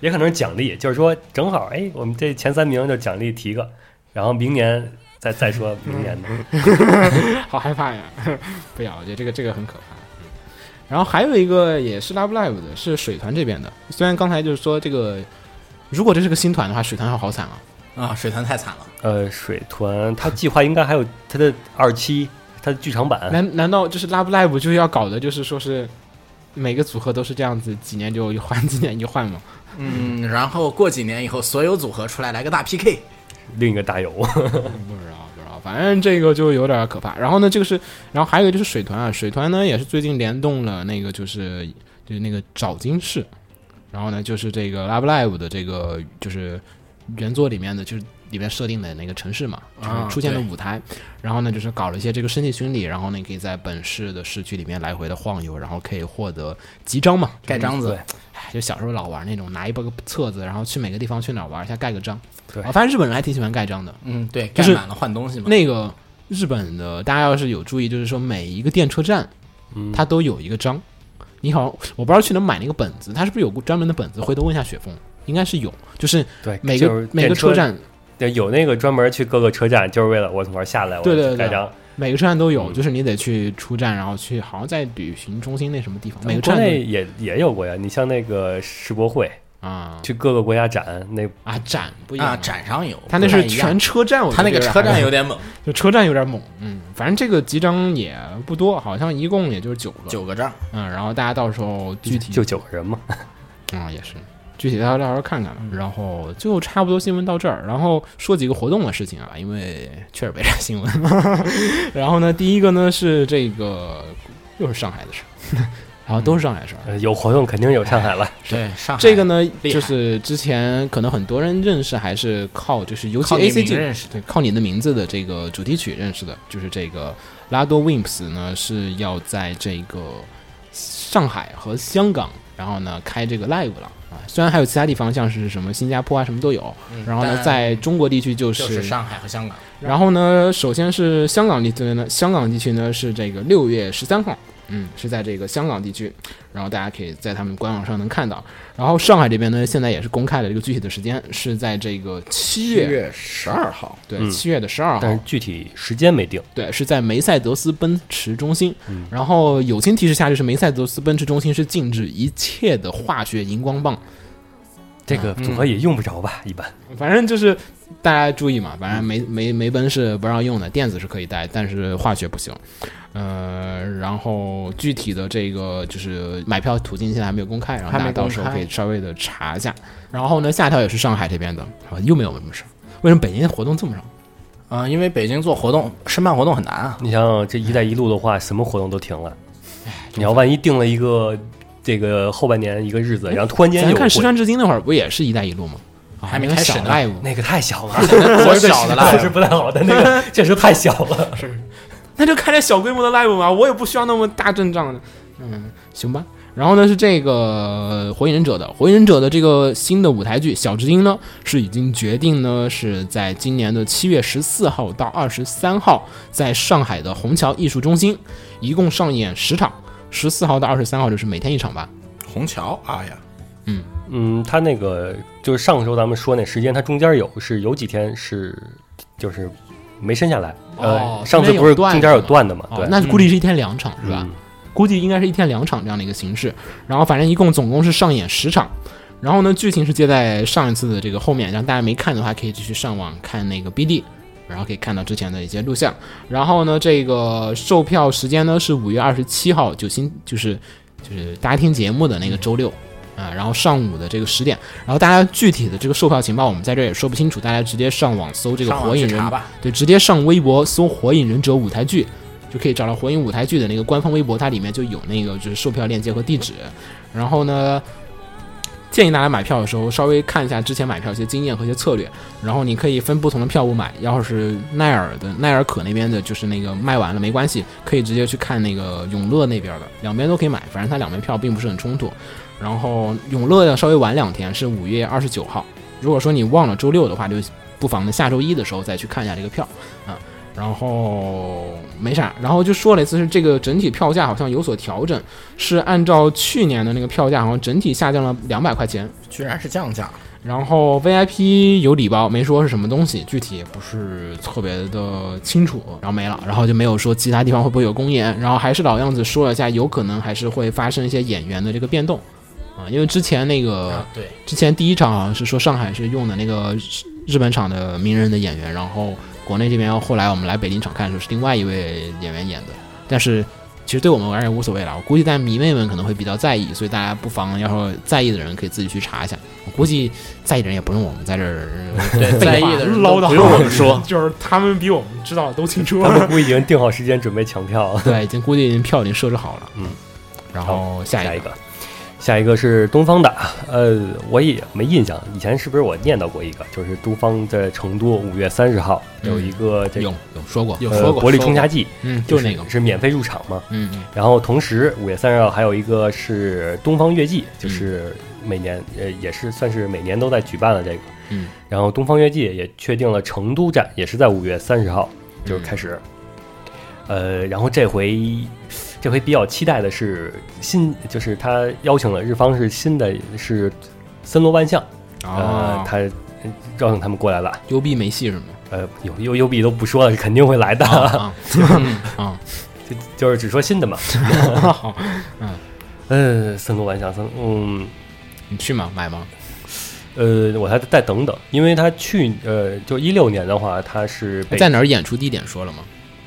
Speaker 1: 也可能是奖励，就是说正好哎，我们这前三名就奖励提个，然后明年再再说明 年的。
Speaker 2: 好害怕呀！不要，我觉得这个这个很可怕。嗯，然后还有一个也是 Love Live 的，是水团这边的。虽然刚才就是说这个，如果这是个新团的话，水团要好惨啊。
Speaker 3: 啊，水团太惨了，
Speaker 1: 呃，水团它计划应该还有它的二期，它的剧场版。
Speaker 2: 难难道就是 Love Live 就是要搞的就是说是每个组合都是这样子，几年就换，几年就换吗？
Speaker 3: 嗯，然后过几年以后，所有组合出来来个大 PK，
Speaker 1: 另一个大友，
Speaker 2: 不知道，不知道，反正这个就有点可怕。然后呢，这个是，然后还有一个就是水团啊，水团呢也是最近联动了那个就是就是那个找金氏，然后呢就是这个 Love Live 的这个就是原作里面的就是里边设定的那个城市嘛，就是
Speaker 3: 啊
Speaker 2: 出现的
Speaker 3: 对
Speaker 2: 舞台。然后呢，就是搞了一些这个身体巡礼，然后呢，你可以在本市的市区里面来回的晃悠，然后可以获得集章嘛，
Speaker 3: 盖章子，
Speaker 2: 哎，就小时候老玩那种，拿一个册子，然后去每个地方去哪儿玩一下，盖个章。
Speaker 1: 对
Speaker 2: 我发现日本人还挺喜欢盖章的。
Speaker 3: 嗯，对，
Speaker 2: 就
Speaker 3: 盖
Speaker 2: 是
Speaker 3: 满了换东西嘛。
Speaker 2: 那个日本的，大家要是有注意，就是说每一个电车站，
Speaker 1: 嗯，
Speaker 2: 它都有一个章。你好像我不知道去哪儿买那个本子，它是不是有专门的本子？回头问一下雪峰，应该是有。就是
Speaker 1: 嗯对
Speaker 2: 每个、
Speaker 1: 就是
Speaker 2: 每
Speaker 1: 电
Speaker 2: 个车
Speaker 1: 车
Speaker 2: 站，
Speaker 1: 对有那个专门去各个车站，就是为了我从这儿下来，我
Speaker 2: 对对
Speaker 1: 去盖
Speaker 2: 对
Speaker 1: 章。
Speaker 2: 每个车站都有，
Speaker 1: 嗯
Speaker 2: 就是你得去出站，然后去好像在旅行中心那什么地方，每个车
Speaker 1: 嗯国
Speaker 2: 站都
Speaker 1: 内
Speaker 2: 有
Speaker 1: 也也有过呀，你像那个世博会，
Speaker 2: 啊
Speaker 1: 去各个国家展，那
Speaker 2: 啊展不一样
Speaker 3: 啊，展上有，
Speaker 2: 它那
Speaker 3: 不
Speaker 2: 是
Speaker 3: 太一样
Speaker 2: 全车站，我觉
Speaker 3: 他
Speaker 2: 得
Speaker 3: 那个
Speaker 2: 有点
Speaker 3: 车
Speaker 2: 害
Speaker 3: 站
Speaker 2: 怕
Speaker 3: 有点猛，
Speaker 2: 就车站有点猛，嗯，反正这个集章也不多，好像一共也就是九个，
Speaker 3: 九个章，
Speaker 2: 嗯，然后大家到时候具体
Speaker 1: 就九个人嘛。
Speaker 2: 啊、也是具体到到时候看看
Speaker 3: 嗯
Speaker 2: 吧。然后就差不多新闻到这儿，然后说几个活动的事情啊，因为确实没啥新闻。 然后呢，第一个呢是这个又是上海的事儿，然后都是上海的事儿。
Speaker 1: 呃有活动肯定有上海 了，
Speaker 3: 对，嗯上海
Speaker 2: 这个呢，
Speaker 3: 厉害
Speaker 2: 就是之前可能很多人认识，还是靠就是尤其
Speaker 3: 靠你
Speaker 2: A C
Speaker 3: 名
Speaker 2: G
Speaker 3: 认识的，
Speaker 2: 对，靠你的名字的这个主题曲认识的，就是这个拉多 Wimps 呢是要在这个上海和香港，然后呢开这个 live 了啊。虽然还有其他地方，像是什么新加坡啊什么都有，
Speaker 3: 嗯
Speaker 2: 然后呢
Speaker 3: 但
Speaker 2: 在中国地区就
Speaker 3: 就是
Speaker 2: 是，
Speaker 3: 上海和香港，
Speaker 2: 然后呢首先是香港地区呢，香港地区呢是这个六月十三号。嗯，是在这个香港地区，然后大家可以在他们官网上能看到。然后上海这边呢，现在也是公开了这个具体的时间，是在这个七月，
Speaker 3: 十二号，
Speaker 2: 对，
Speaker 1: 嗯
Speaker 2: 七月的十二号。
Speaker 1: 但是具体时间没定。
Speaker 2: 对，是在梅赛德斯奔驰中心。
Speaker 3: 嗯
Speaker 2: 然后友情提示下，就是梅赛德斯奔驰中心是禁止一切的化学荧光棒，
Speaker 1: 这个
Speaker 2: 嗯
Speaker 1: 组嗯合也用不着吧，一般。
Speaker 2: 反正就是大家注意嘛，反正梅梅梅奔是不让用的，电子是可以带，但是化学不行。呃，然后具体的这个就是买票途径现在还没有公开，然后大
Speaker 3: 还
Speaker 2: 家
Speaker 3: 没
Speaker 2: 到
Speaker 3: 公
Speaker 2: 时候
Speaker 3: 开
Speaker 2: 可以稍微的查一下。然后呢，下一条也是上海这边的，啊又没有什么事儿。为什么北京的活动这么少？
Speaker 3: 啊，因为北京做活动申办活动很难啊，
Speaker 1: 你像这“一带一路”的话，什么活动都停了。
Speaker 2: 哎
Speaker 1: 你要万一定了一个这个后半年一个日子，然后突然间
Speaker 2: 哎咱
Speaker 1: 有
Speaker 2: 看《十
Speaker 1: 会
Speaker 2: 川至今》那会儿不也是一带一路吗？啊
Speaker 3: 还没
Speaker 2: 那个
Speaker 3: 开始
Speaker 2: 小
Speaker 3: 呢
Speaker 2: live
Speaker 1: 那个太小了，
Speaker 3: 我小的啦
Speaker 1: 确，实不太好，但那个确实太小了。
Speaker 2: 那就开点小规模的 live 嘛，我也不需要那么大阵仗的。嗯，行吧。然后呢是这个《火影忍者》的，《火影忍者》的这个新的舞台剧《小知音》呢，是已经决定呢是在今年的七月十四号到二十三号，在上海的虹桥艺术中心，一共上演十场，十四号到二十三号就是每天一场吧。
Speaker 3: 虹桥，哎呀，
Speaker 1: 嗯，他那个就是上周咱们说那时间，它中间有是有几天是就是没申下来。
Speaker 2: 哦
Speaker 1: 呃，上次不是中间有断的嘛？
Speaker 2: 哦
Speaker 1: 对，，
Speaker 2: 那估计是一天两场是吧？
Speaker 1: 嗯
Speaker 2: 估计应该是一天两场这样的一个形式。然后反正一共总共是上演十场，然后呢剧情是接在上一次的这个后面，让大家没看的话可以继续上网看那个 BD。然后可以看到之前的一些录像，然后呢，这个售票时间呢是五月二十七号，就星就是就是大家听节目的那个周六啊，然后上午的这个十点，然后大家具体的这个售票情报我们在这儿也说不清楚，大家直接上网搜这个
Speaker 3: 上
Speaker 2: 火
Speaker 3: 网去
Speaker 2: 影人
Speaker 3: 查吧，
Speaker 2: 对，直接上微博搜“火影忍者舞台剧”，就可以找到火影舞台剧的那个官方微博，它里面就有那个就是售票链接和地址。然后呢，建议大家买票的时候稍微看一下之前买票一些经验和一些策略，然后你可以分不同的票务买。要是奈尔的奈尔可那边的，就是那个卖完了没关系，可以直接去看那个永乐那边的，两边都可以买，反正它两边票并不是很冲突。然后永乐要稍微晚两天，是五月二十九号。如果说你忘了周六的话，就不妨呢下周一的时候再去看一下这个票啊。然后没啥，然后就说了一次是这个整体票价好像有所调整，是按照去年的那个票价，好像整体下降了两百块钱。
Speaker 3: 居然是降价，
Speaker 2: 然后 VIP 有礼包，没说是什么东西，具体也不是特别的清楚，然后没了，然后就没有说其他地方会不会有公演，然后还是老样子说了一下，有可能还是会发生一些演员的这个变动啊，因为之前那个、
Speaker 3: 啊，对，
Speaker 2: 之前第一场好像是说上海是用的那个日日本场的名人的演员，然后国内这边后来我们来北京场看的时候是另外一位演员演的，但是其实对我们而言无所谓了。我估计但迷妹们可能会比较在意，所以大家不妨要是在意的人可以自己去查一下。我估计在意的人也不用我们在这儿
Speaker 3: 对，在意的人
Speaker 2: 唠叨，，
Speaker 3: 不用我们说
Speaker 2: 就是他们比我们知道的都清楚
Speaker 1: 他们估计已经定好时间准备抢票了。
Speaker 2: 对，已经估计票已经设置好了。
Speaker 1: 嗯，
Speaker 2: 然后下
Speaker 1: 下一
Speaker 2: 一
Speaker 1: 个，下一个是东方的，呃，我也没印象，以前是不是我念叨过一个，就是东方在成都五月三十号有一个这
Speaker 2: 有
Speaker 1: 个
Speaker 2: 有说过，
Speaker 3: 有
Speaker 1: 呃
Speaker 3: 说过
Speaker 1: 国力
Speaker 3: 说
Speaker 1: 冲
Speaker 3: 过
Speaker 1: 杀季，
Speaker 2: 嗯，就是那个，
Speaker 1: 是免费入场嘛。
Speaker 2: 嗯嗯
Speaker 1: 然后同时五月三十号还有一个是东方乐
Speaker 2: 嗯
Speaker 1: 季，就是每年呃也是算是每年都在举办了这个。
Speaker 2: 嗯，
Speaker 1: 然后东方乐季也确定了成都站，也是在五月三十号就是开始。
Speaker 2: 嗯
Speaker 1: 呃，然后这回这回比较期待的是新，就是他邀请了日方是新的是森罗万象，呃
Speaker 2: 哦，，
Speaker 1: 他呃邀请他们过来了。
Speaker 2: 幽闭没戏是 吗？
Speaker 1: 呃，有有有比都不说了，肯定会来的，
Speaker 2: 啊啊
Speaker 1: 就就是只说新 的嘛。
Speaker 2: 啊！好
Speaker 1: 呃，森罗万象，森嗯。
Speaker 2: 你去吗？买吗？
Speaker 1: 呃，我还得再等等，因为他去呃，就一六年的话，他是北
Speaker 2: 在哪儿演出地点说了吗？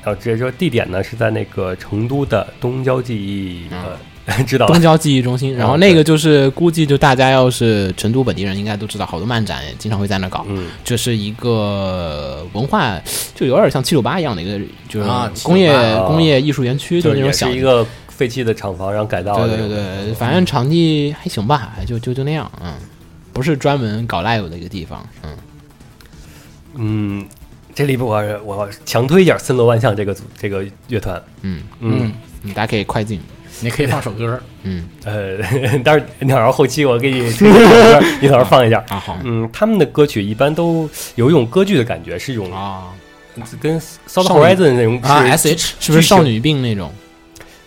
Speaker 1: 啊，直接说地点呢是在那个成都的东郊记忆，
Speaker 2: 嗯
Speaker 1: 呃， 知道
Speaker 2: 东
Speaker 1: 了，
Speaker 2: 郊记忆中心。
Speaker 1: 嗯
Speaker 2: 然后那个就是估计就大家要是成都本地人应该都知道，好多漫展也经常会在那儿搞。
Speaker 1: 嗯，
Speaker 2: 这是一个文化，就有点像七九八一样的一个，就是
Speaker 3: 啊
Speaker 2: 工业、
Speaker 1: 798
Speaker 2: 工业艺术园区，
Speaker 1: 哦就是
Speaker 2: 那
Speaker 1: 也
Speaker 2: 种
Speaker 1: 是
Speaker 2: 小
Speaker 1: 一个哦废弃的厂房，然后改造
Speaker 2: 对
Speaker 1: 的，
Speaker 2: 对对，对，反正场地还行吧，就就就那样，嗯，不是专门搞 live 的一个地方，嗯，
Speaker 1: 嗯，这里边我我强推一下森罗万象这个组这个乐团，
Speaker 2: 嗯
Speaker 1: 嗯，
Speaker 2: 嗯，大家可以快进，
Speaker 3: 你可以放首歌，
Speaker 2: 嗯
Speaker 1: 呃， 但是鸟儿后期我 给你推荐首歌，你到时候放一下。
Speaker 2: 啊好
Speaker 1: 嗯，他们的歌曲一般都有一种歌剧的感觉，是一种
Speaker 2: 啊
Speaker 1: 跟 South
Speaker 2: 少女
Speaker 1: Horizon 那种
Speaker 2: 啊
Speaker 1: 嗯是
Speaker 2: S H 是不是少女病那种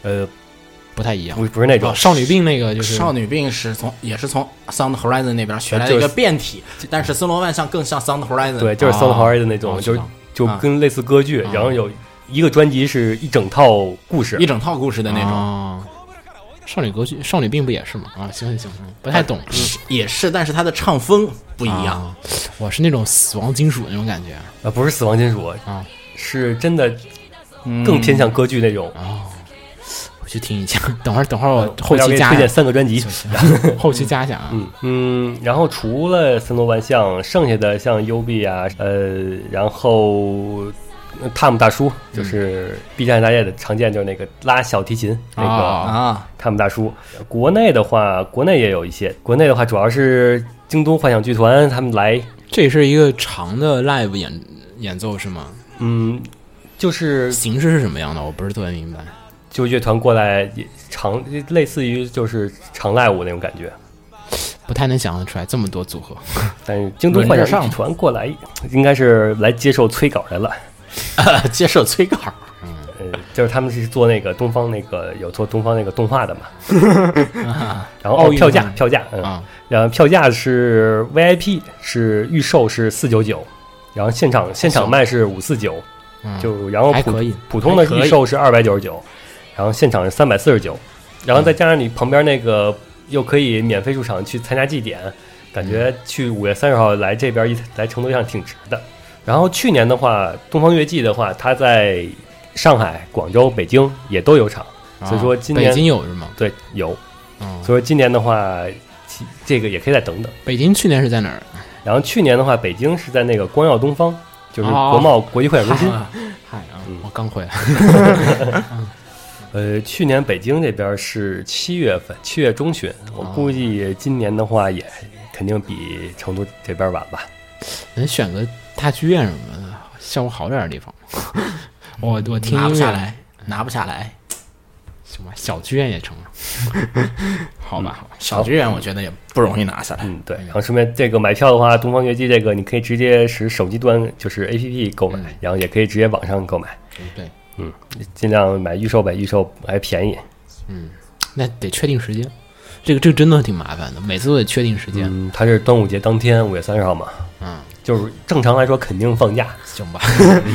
Speaker 1: 呃，
Speaker 2: 不太一样
Speaker 1: 不？不是那种
Speaker 2: 哦，少女病那个就是
Speaker 3: 少女病是从也是从 Sound Horizon 那边学来的
Speaker 1: 就
Speaker 3: 一
Speaker 1: 是
Speaker 3: 个变体，但是森罗万象更像 Sound Horizon。
Speaker 1: 对，就是
Speaker 2: 啊
Speaker 1: Sound Hard 的那
Speaker 2: 哦
Speaker 1: 种，
Speaker 2: 知
Speaker 1: 就是
Speaker 2: 道
Speaker 1: 就
Speaker 3: 啊
Speaker 1: 跟类似歌剧，
Speaker 2: 啊
Speaker 1: 然后有一个专辑是一整套故事
Speaker 3: 一。整套故事的那种，
Speaker 2: 啊少女歌剧少女病不也是吗？啊行行行，嗯
Speaker 1: 哎
Speaker 2: 不太懂，嗯
Speaker 3: 也是，但是它的唱风不一样。
Speaker 2: 啊我是那种死亡金属那种感觉
Speaker 1: 啊，不是死亡金属，
Speaker 2: 啊嗯
Speaker 1: 是真的更偏向歌剧那种。
Speaker 2: 啊，我去听一下， 等会儿等会儿我后
Speaker 1: 呃我要给你
Speaker 2: 期加
Speaker 1: 推
Speaker 2: 一
Speaker 1: 荐
Speaker 2: 下，
Speaker 1: 三个专辑。
Speaker 2: 后期加一下啊，
Speaker 1: 嗯嗯，然后除了森罗万象，剩下的像 U B 啊，呃，然后呃 Tom 大叔，就是 B 站大家的常见，就是那个拉小提琴那个
Speaker 2: 啊
Speaker 3: 啊，
Speaker 1: 他们大叔。国内的话，国内也有一些，国内的话主要是京东幻想剧团他们来
Speaker 2: 这是一个长的 live 演演奏是吗？
Speaker 1: 嗯，就是
Speaker 2: 形式是什么样的？我不是特别明白。
Speaker 1: 就乐团过来也常类似于就是常赖舞那种感觉，
Speaker 2: 不太能想象出来这么多组合，
Speaker 1: 但是京东幻想上团过来应该是来接受催稿来了。
Speaker 3: 接受催稿，
Speaker 1: 呃，就是他们是做那个东方那个有做东方那个动画的 嘛，然后
Speaker 2: 奥
Speaker 1: 哦
Speaker 2: 运
Speaker 1: 票价
Speaker 2: 会
Speaker 1: 票价嗯
Speaker 2: 啊，
Speaker 1: 然后票价是 VIP 是预售是四九九，然后现场现场卖是五四九，
Speaker 2: 嗯
Speaker 1: 就然后
Speaker 2: 哦还
Speaker 1: 普
Speaker 2: 可以
Speaker 1: 普通的
Speaker 3: 还可以
Speaker 1: 预售是二百九十九，然后现场是三百四十九，然
Speaker 3: 嗯
Speaker 1: 后再加上你旁边那个又可以免费入场去参加祭典，感
Speaker 3: 嗯
Speaker 1: 觉去五月三十号来这边一来成都一趟挺值的。然后去年的话，东方乐季的话，它在上海、广州、北京也都有场，所以说今
Speaker 2: 啊
Speaker 1: 年
Speaker 2: 北京有是吗？
Speaker 1: 对有，
Speaker 2: 嗯，
Speaker 1: 所以说今年的话，其这个也可以再等等。
Speaker 2: 北京去年是在哪儿？
Speaker 1: 然后去年的话，北京是在那个光耀东方，就是
Speaker 2: 哦
Speaker 1: 国贸国际会展中心。
Speaker 2: 嗨啊
Speaker 1: 嗯，
Speaker 2: 我刚回来。
Speaker 1: 呃，去年北京这边是七月份，七月中旬，我
Speaker 3: 哦
Speaker 1: 估计今年的话也肯定比成都这边晚吧。
Speaker 2: 能选个大剧院什么的，效果好点儿的地方。我我听
Speaker 3: 拿不
Speaker 2: 音
Speaker 3: 下
Speaker 2: 乐嗯
Speaker 3: 来，拿不下来。
Speaker 2: 什么小剧院也成了。好吧，好吧，
Speaker 3: 小剧院我觉得也不容易拿下来。
Speaker 1: 嗯，对。然后顺便这个买票的话，东方乐季这个你可以直接使手机端，就是 APP 购买
Speaker 2: 嗯，
Speaker 3: 哎
Speaker 1: 然后也可以直接网上购买，嗯
Speaker 2: 对，
Speaker 1: 尽量买预售版，预售还便宜。
Speaker 2: 那得确定时间。这个这个真的挺麻烦的，每次都得确定时间。
Speaker 1: 嗯，它是端午节当天，五月三十号嘛，
Speaker 2: 嗯，
Speaker 1: 就是正常来说肯定放假。
Speaker 2: 行吧，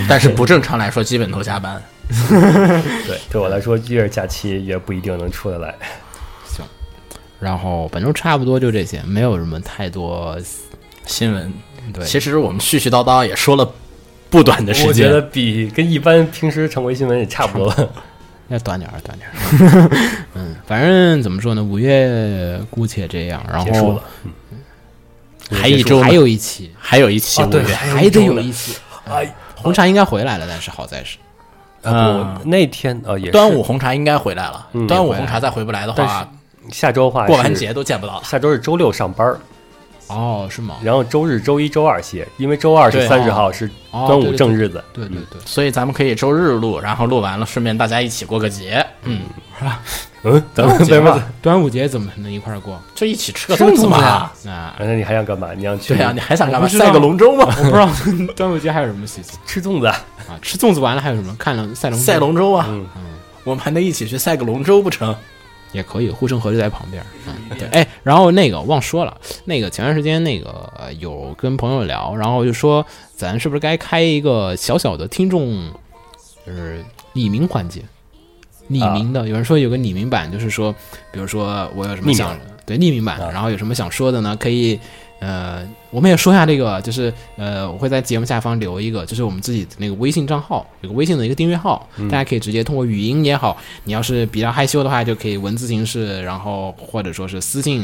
Speaker 3: 但是不正常来说，基本都加班。
Speaker 1: 对，对我来说越是假期越不一定能出得来。
Speaker 2: 然后本周差不多就这些，没有什么太多
Speaker 3: 新闻
Speaker 2: 对。
Speaker 3: 其实我们絮絮叨叨也说了不短的时间，
Speaker 1: 我觉得比跟一般平时常规新闻也差不多了。
Speaker 2: 要短点儿，短点儿。嗯，反正怎么说呢，五月姑且这样，然
Speaker 1: 结束
Speaker 2: 后
Speaker 1: 了，
Speaker 3: 还一周呢
Speaker 2: 还有一期，
Speaker 3: 还有一期
Speaker 1: 啊
Speaker 3: 五
Speaker 1: 对
Speaker 3: 月，
Speaker 2: 还得有一期。
Speaker 1: 哎，
Speaker 2: 红茶应该回来了，但是好在是嗯
Speaker 1: 啊，不，那天啊也是
Speaker 3: 嗯端午，红茶应该回来了
Speaker 1: 嗯。
Speaker 3: 端午红茶再回不来的
Speaker 1: 但是
Speaker 3: 话，
Speaker 1: 下周的话
Speaker 3: 过完
Speaker 1: 是
Speaker 3: 节都见不到了。
Speaker 1: 下周是周六上班儿，
Speaker 2: 哦，是吗？
Speaker 1: 然后周日、周一周二歇，因为周二是
Speaker 3: 对
Speaker 1: 三十号是
Speaker 2: 哦
Speaker 1: 端午正日子。
Speaker 2: 对对对，
Speaker 3: 所以咱们可以周日录，然后录完了，顺便大家一起过 个节，嗯，
Speaker 1: 嗯，咱 们为什么？
Speaker 2: 端午节怎么能一块儿过？
Speaker 3: 就一起吃个粽子嘛。
Speaker 2: 啊，
Speaker 1: 那你还想干嘛？你想去
Speaker 3: 对啊呀、你还想干
Speaker 2: 我
Speaker 3: 嘛？
Speaker 2: 不知道
Speaker 3: 赛个龙 舟吗？
Speaker 2: 我不知道端午节还有什么习俗
Speaker 1: 吃粽子啊？
Speaker 2: 啊？吃粽子完了还有什么？看了赛龙
Speaker 3: 赛龙舟啊，
Speaker 1: 嗯
Speaker 3: 我们还能一起去赛个龙舟不成？
Speaker 2: 嗯也可以，护城河就在旁边。嗯，对，哎，然后那个忘说了，那个前段时间那个呃有跟朋友聊，然后就说咱是不是该开一个小小的听众，就是匿名环节，匿名的。
Speaker 1: 啊
Speaker 2: 有人说有个匿名版，就是说，比如说我有什么
Speaker 1: 匿名
Speaker 2: 想对匿名版，
Speaker 1: 啊
Speaker 2: 然后有什么想说的呢，可以。呃，我们也说一下这个，就是呃，我会在节目下方留一个，就是我们自己的那个微信账号，有个微信的一个订阅号，
Speaker 1: 嗯
Speaker 2: 大家可以直接通过语音也好，你要是比较害羞的话，就可以文字形式，然后或者说是私信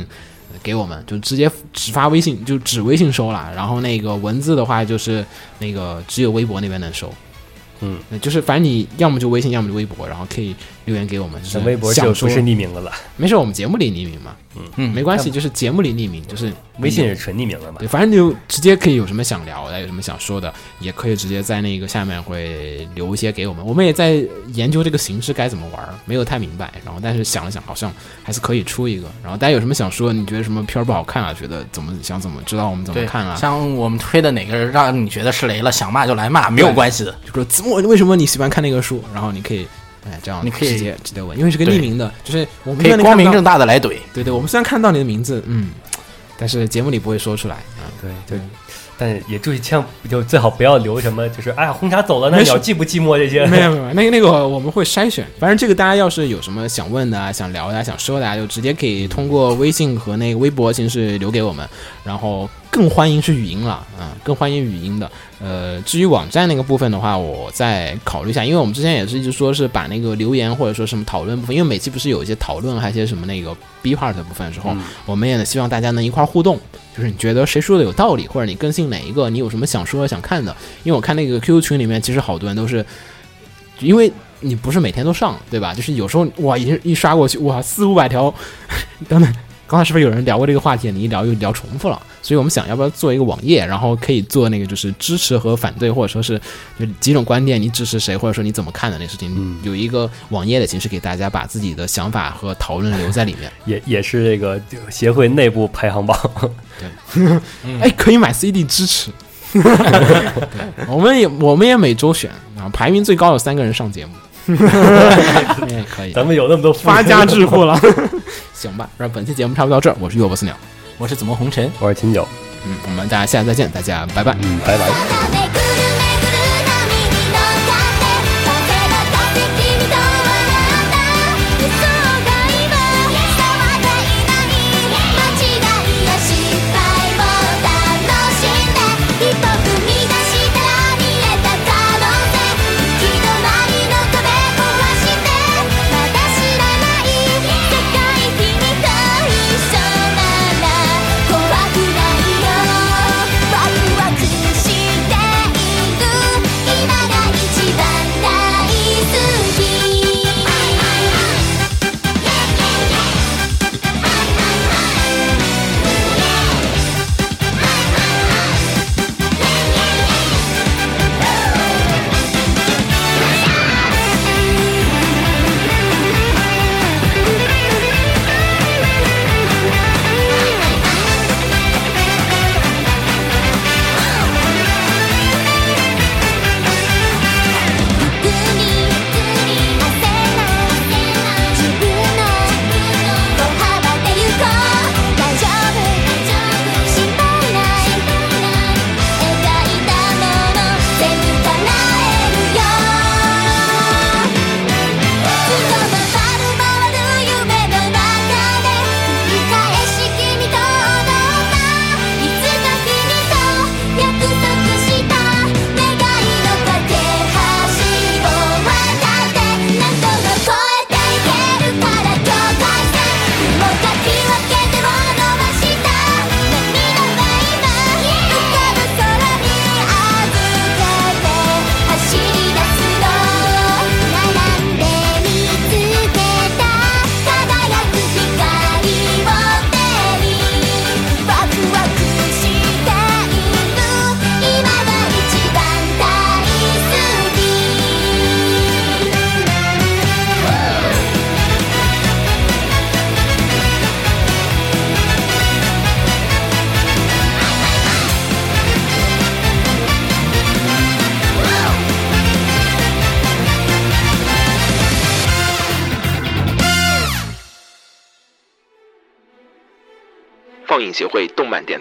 Speaker 2: 呃给我们，就直接只发微信，就只微信收了。然后那个文字的话，就是那个只有微博那边能收。
Speaker 1: 嗯，
Speaker 2: 就是反正你要么就微信，要么就微博，然后可以留言给我们。就是
Speaker 1: 那微博就
Speaker 2: 想
Speaker 1: 不
Speaker 2: 说
Speaker 1: 是匿名的了，
Speaker 2: 没事，我们节目里匿名嘛，
Speaker 3: 嗯
Speaker 2: 没关系，就是节目里匿名，就是
Speaker 1: 微信是纯匿名的嘛
Speaker 2: 对，？反正就直接可以有什么想聊的，有什么想说的，也可以直接在那个下面会留一些给我们。我们也在研究这个形式该怎么玩儿，没有太明白。然后但是想了想，好像还是可以出一个。然后大家有什么想说？你觉得什么片儿不好看啊？觉得怎么想怎么知道我们怎么
Speaker 3: 对，
Speaker 2: 看啊？
Speaker 3: 像我们推的哪个让你觉得是雷了，想骂就来骂，没有关系的。
Speaker 2: 就说子墨为什么你喜欢看那个书？然后你可以。哎，这样
Speaker 3: 你可以
Speaker 2: 直接直接问，因为是个
Speaker 3: 对
Speaker 2: 匿名的，就是我们
Speaker 3: 可
Speaker 2: 虽
Speaker 3: 以
Speaker 2: 然
Speaker 3: 光明
Speaker 2: 看不
Speaker 3: 正
Speaker 2: 到，
Speaker 3: 大的来怼，
Speaker 2: 对对，我们虽然看得到你的名字，嗯，但是节目里不会说出来。啊
Speaker 1: 对对，但也注意千万就最好不要留什么，就是哎呀红茶走了，那
Speaker 2: 没
Speaker 1: 鸟
Speaker 2: 事
Speaker 1: 寂不寂寞这些。
Speaker 2: 没有没有，那个那个我们会筛选。反正这个大家要是有什么想问的、啊、想聊的、啊、想说的、啊，就直接可以通过微信和那个微博形式留给我们。然后更欢迎是语音了，嗯，更欢迎语音的。呃，至于网站那个部分的话，我再考虑一下，因为我们之前也是一直说是把那个留言或者说什么讨论部分，因为每期不是有一些讨论，还有一些什么那个 B part 的部分的时候，我们也希望大家能一块儿互动，就是你觉得谁说的有道理，或者你更信哪一个，你有什么想说的想看的。因为我看那个 QQ 群里面，其实好多人都是，因为你不是每天都上，对吧？就是有时候哇，一一刷过去，哇，四五百条。 等等，刚才是不是有人聊过这个话题？你一聊又聊重复了，所以我们想要不要做一个网页，然后可以做那个就是支持和反对，或者说是就几种观点，你支持谁，或者说你怎么看的那事情，有一个网页的形式给大家把自己的想法和讨论留在里面。
Speaker 1: 也也是这个协会内部排 行榜，
Speaker 2: 哎，可以买 CD 支持。 对我们也我们也每周选啊，排名最高有三个人上节目，也哎可以
Speaker 1: 咱们有那么多
Speaker 2: 发家致富了， 行吧？那本期节目差不多到这儿，我是月波四鸟，
Speaker 3: 我是怎么红尘？
Speaker 1: 我是秦九，
Speaker 2: 嗯，我们大家下次再见，大家拜拜。
Speaker 1: 嗯，拜拜。
Speaker 7: 「めぐるめぐる波に乗っかって」「風が風が風君と笑った」「予想外も予想はがいない」「間違いや失敗も楽しんで」「一歩踏み出したら見えた可能性」「行き止まりの壁壊して」「まだ知らない世界君と一緒なら怖くないよ」「ワクワクしている」
Speaker 8: 放映协会动漫电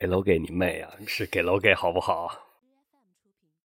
Speaker 4: 给楼给你妹啊，是给楼给好不好？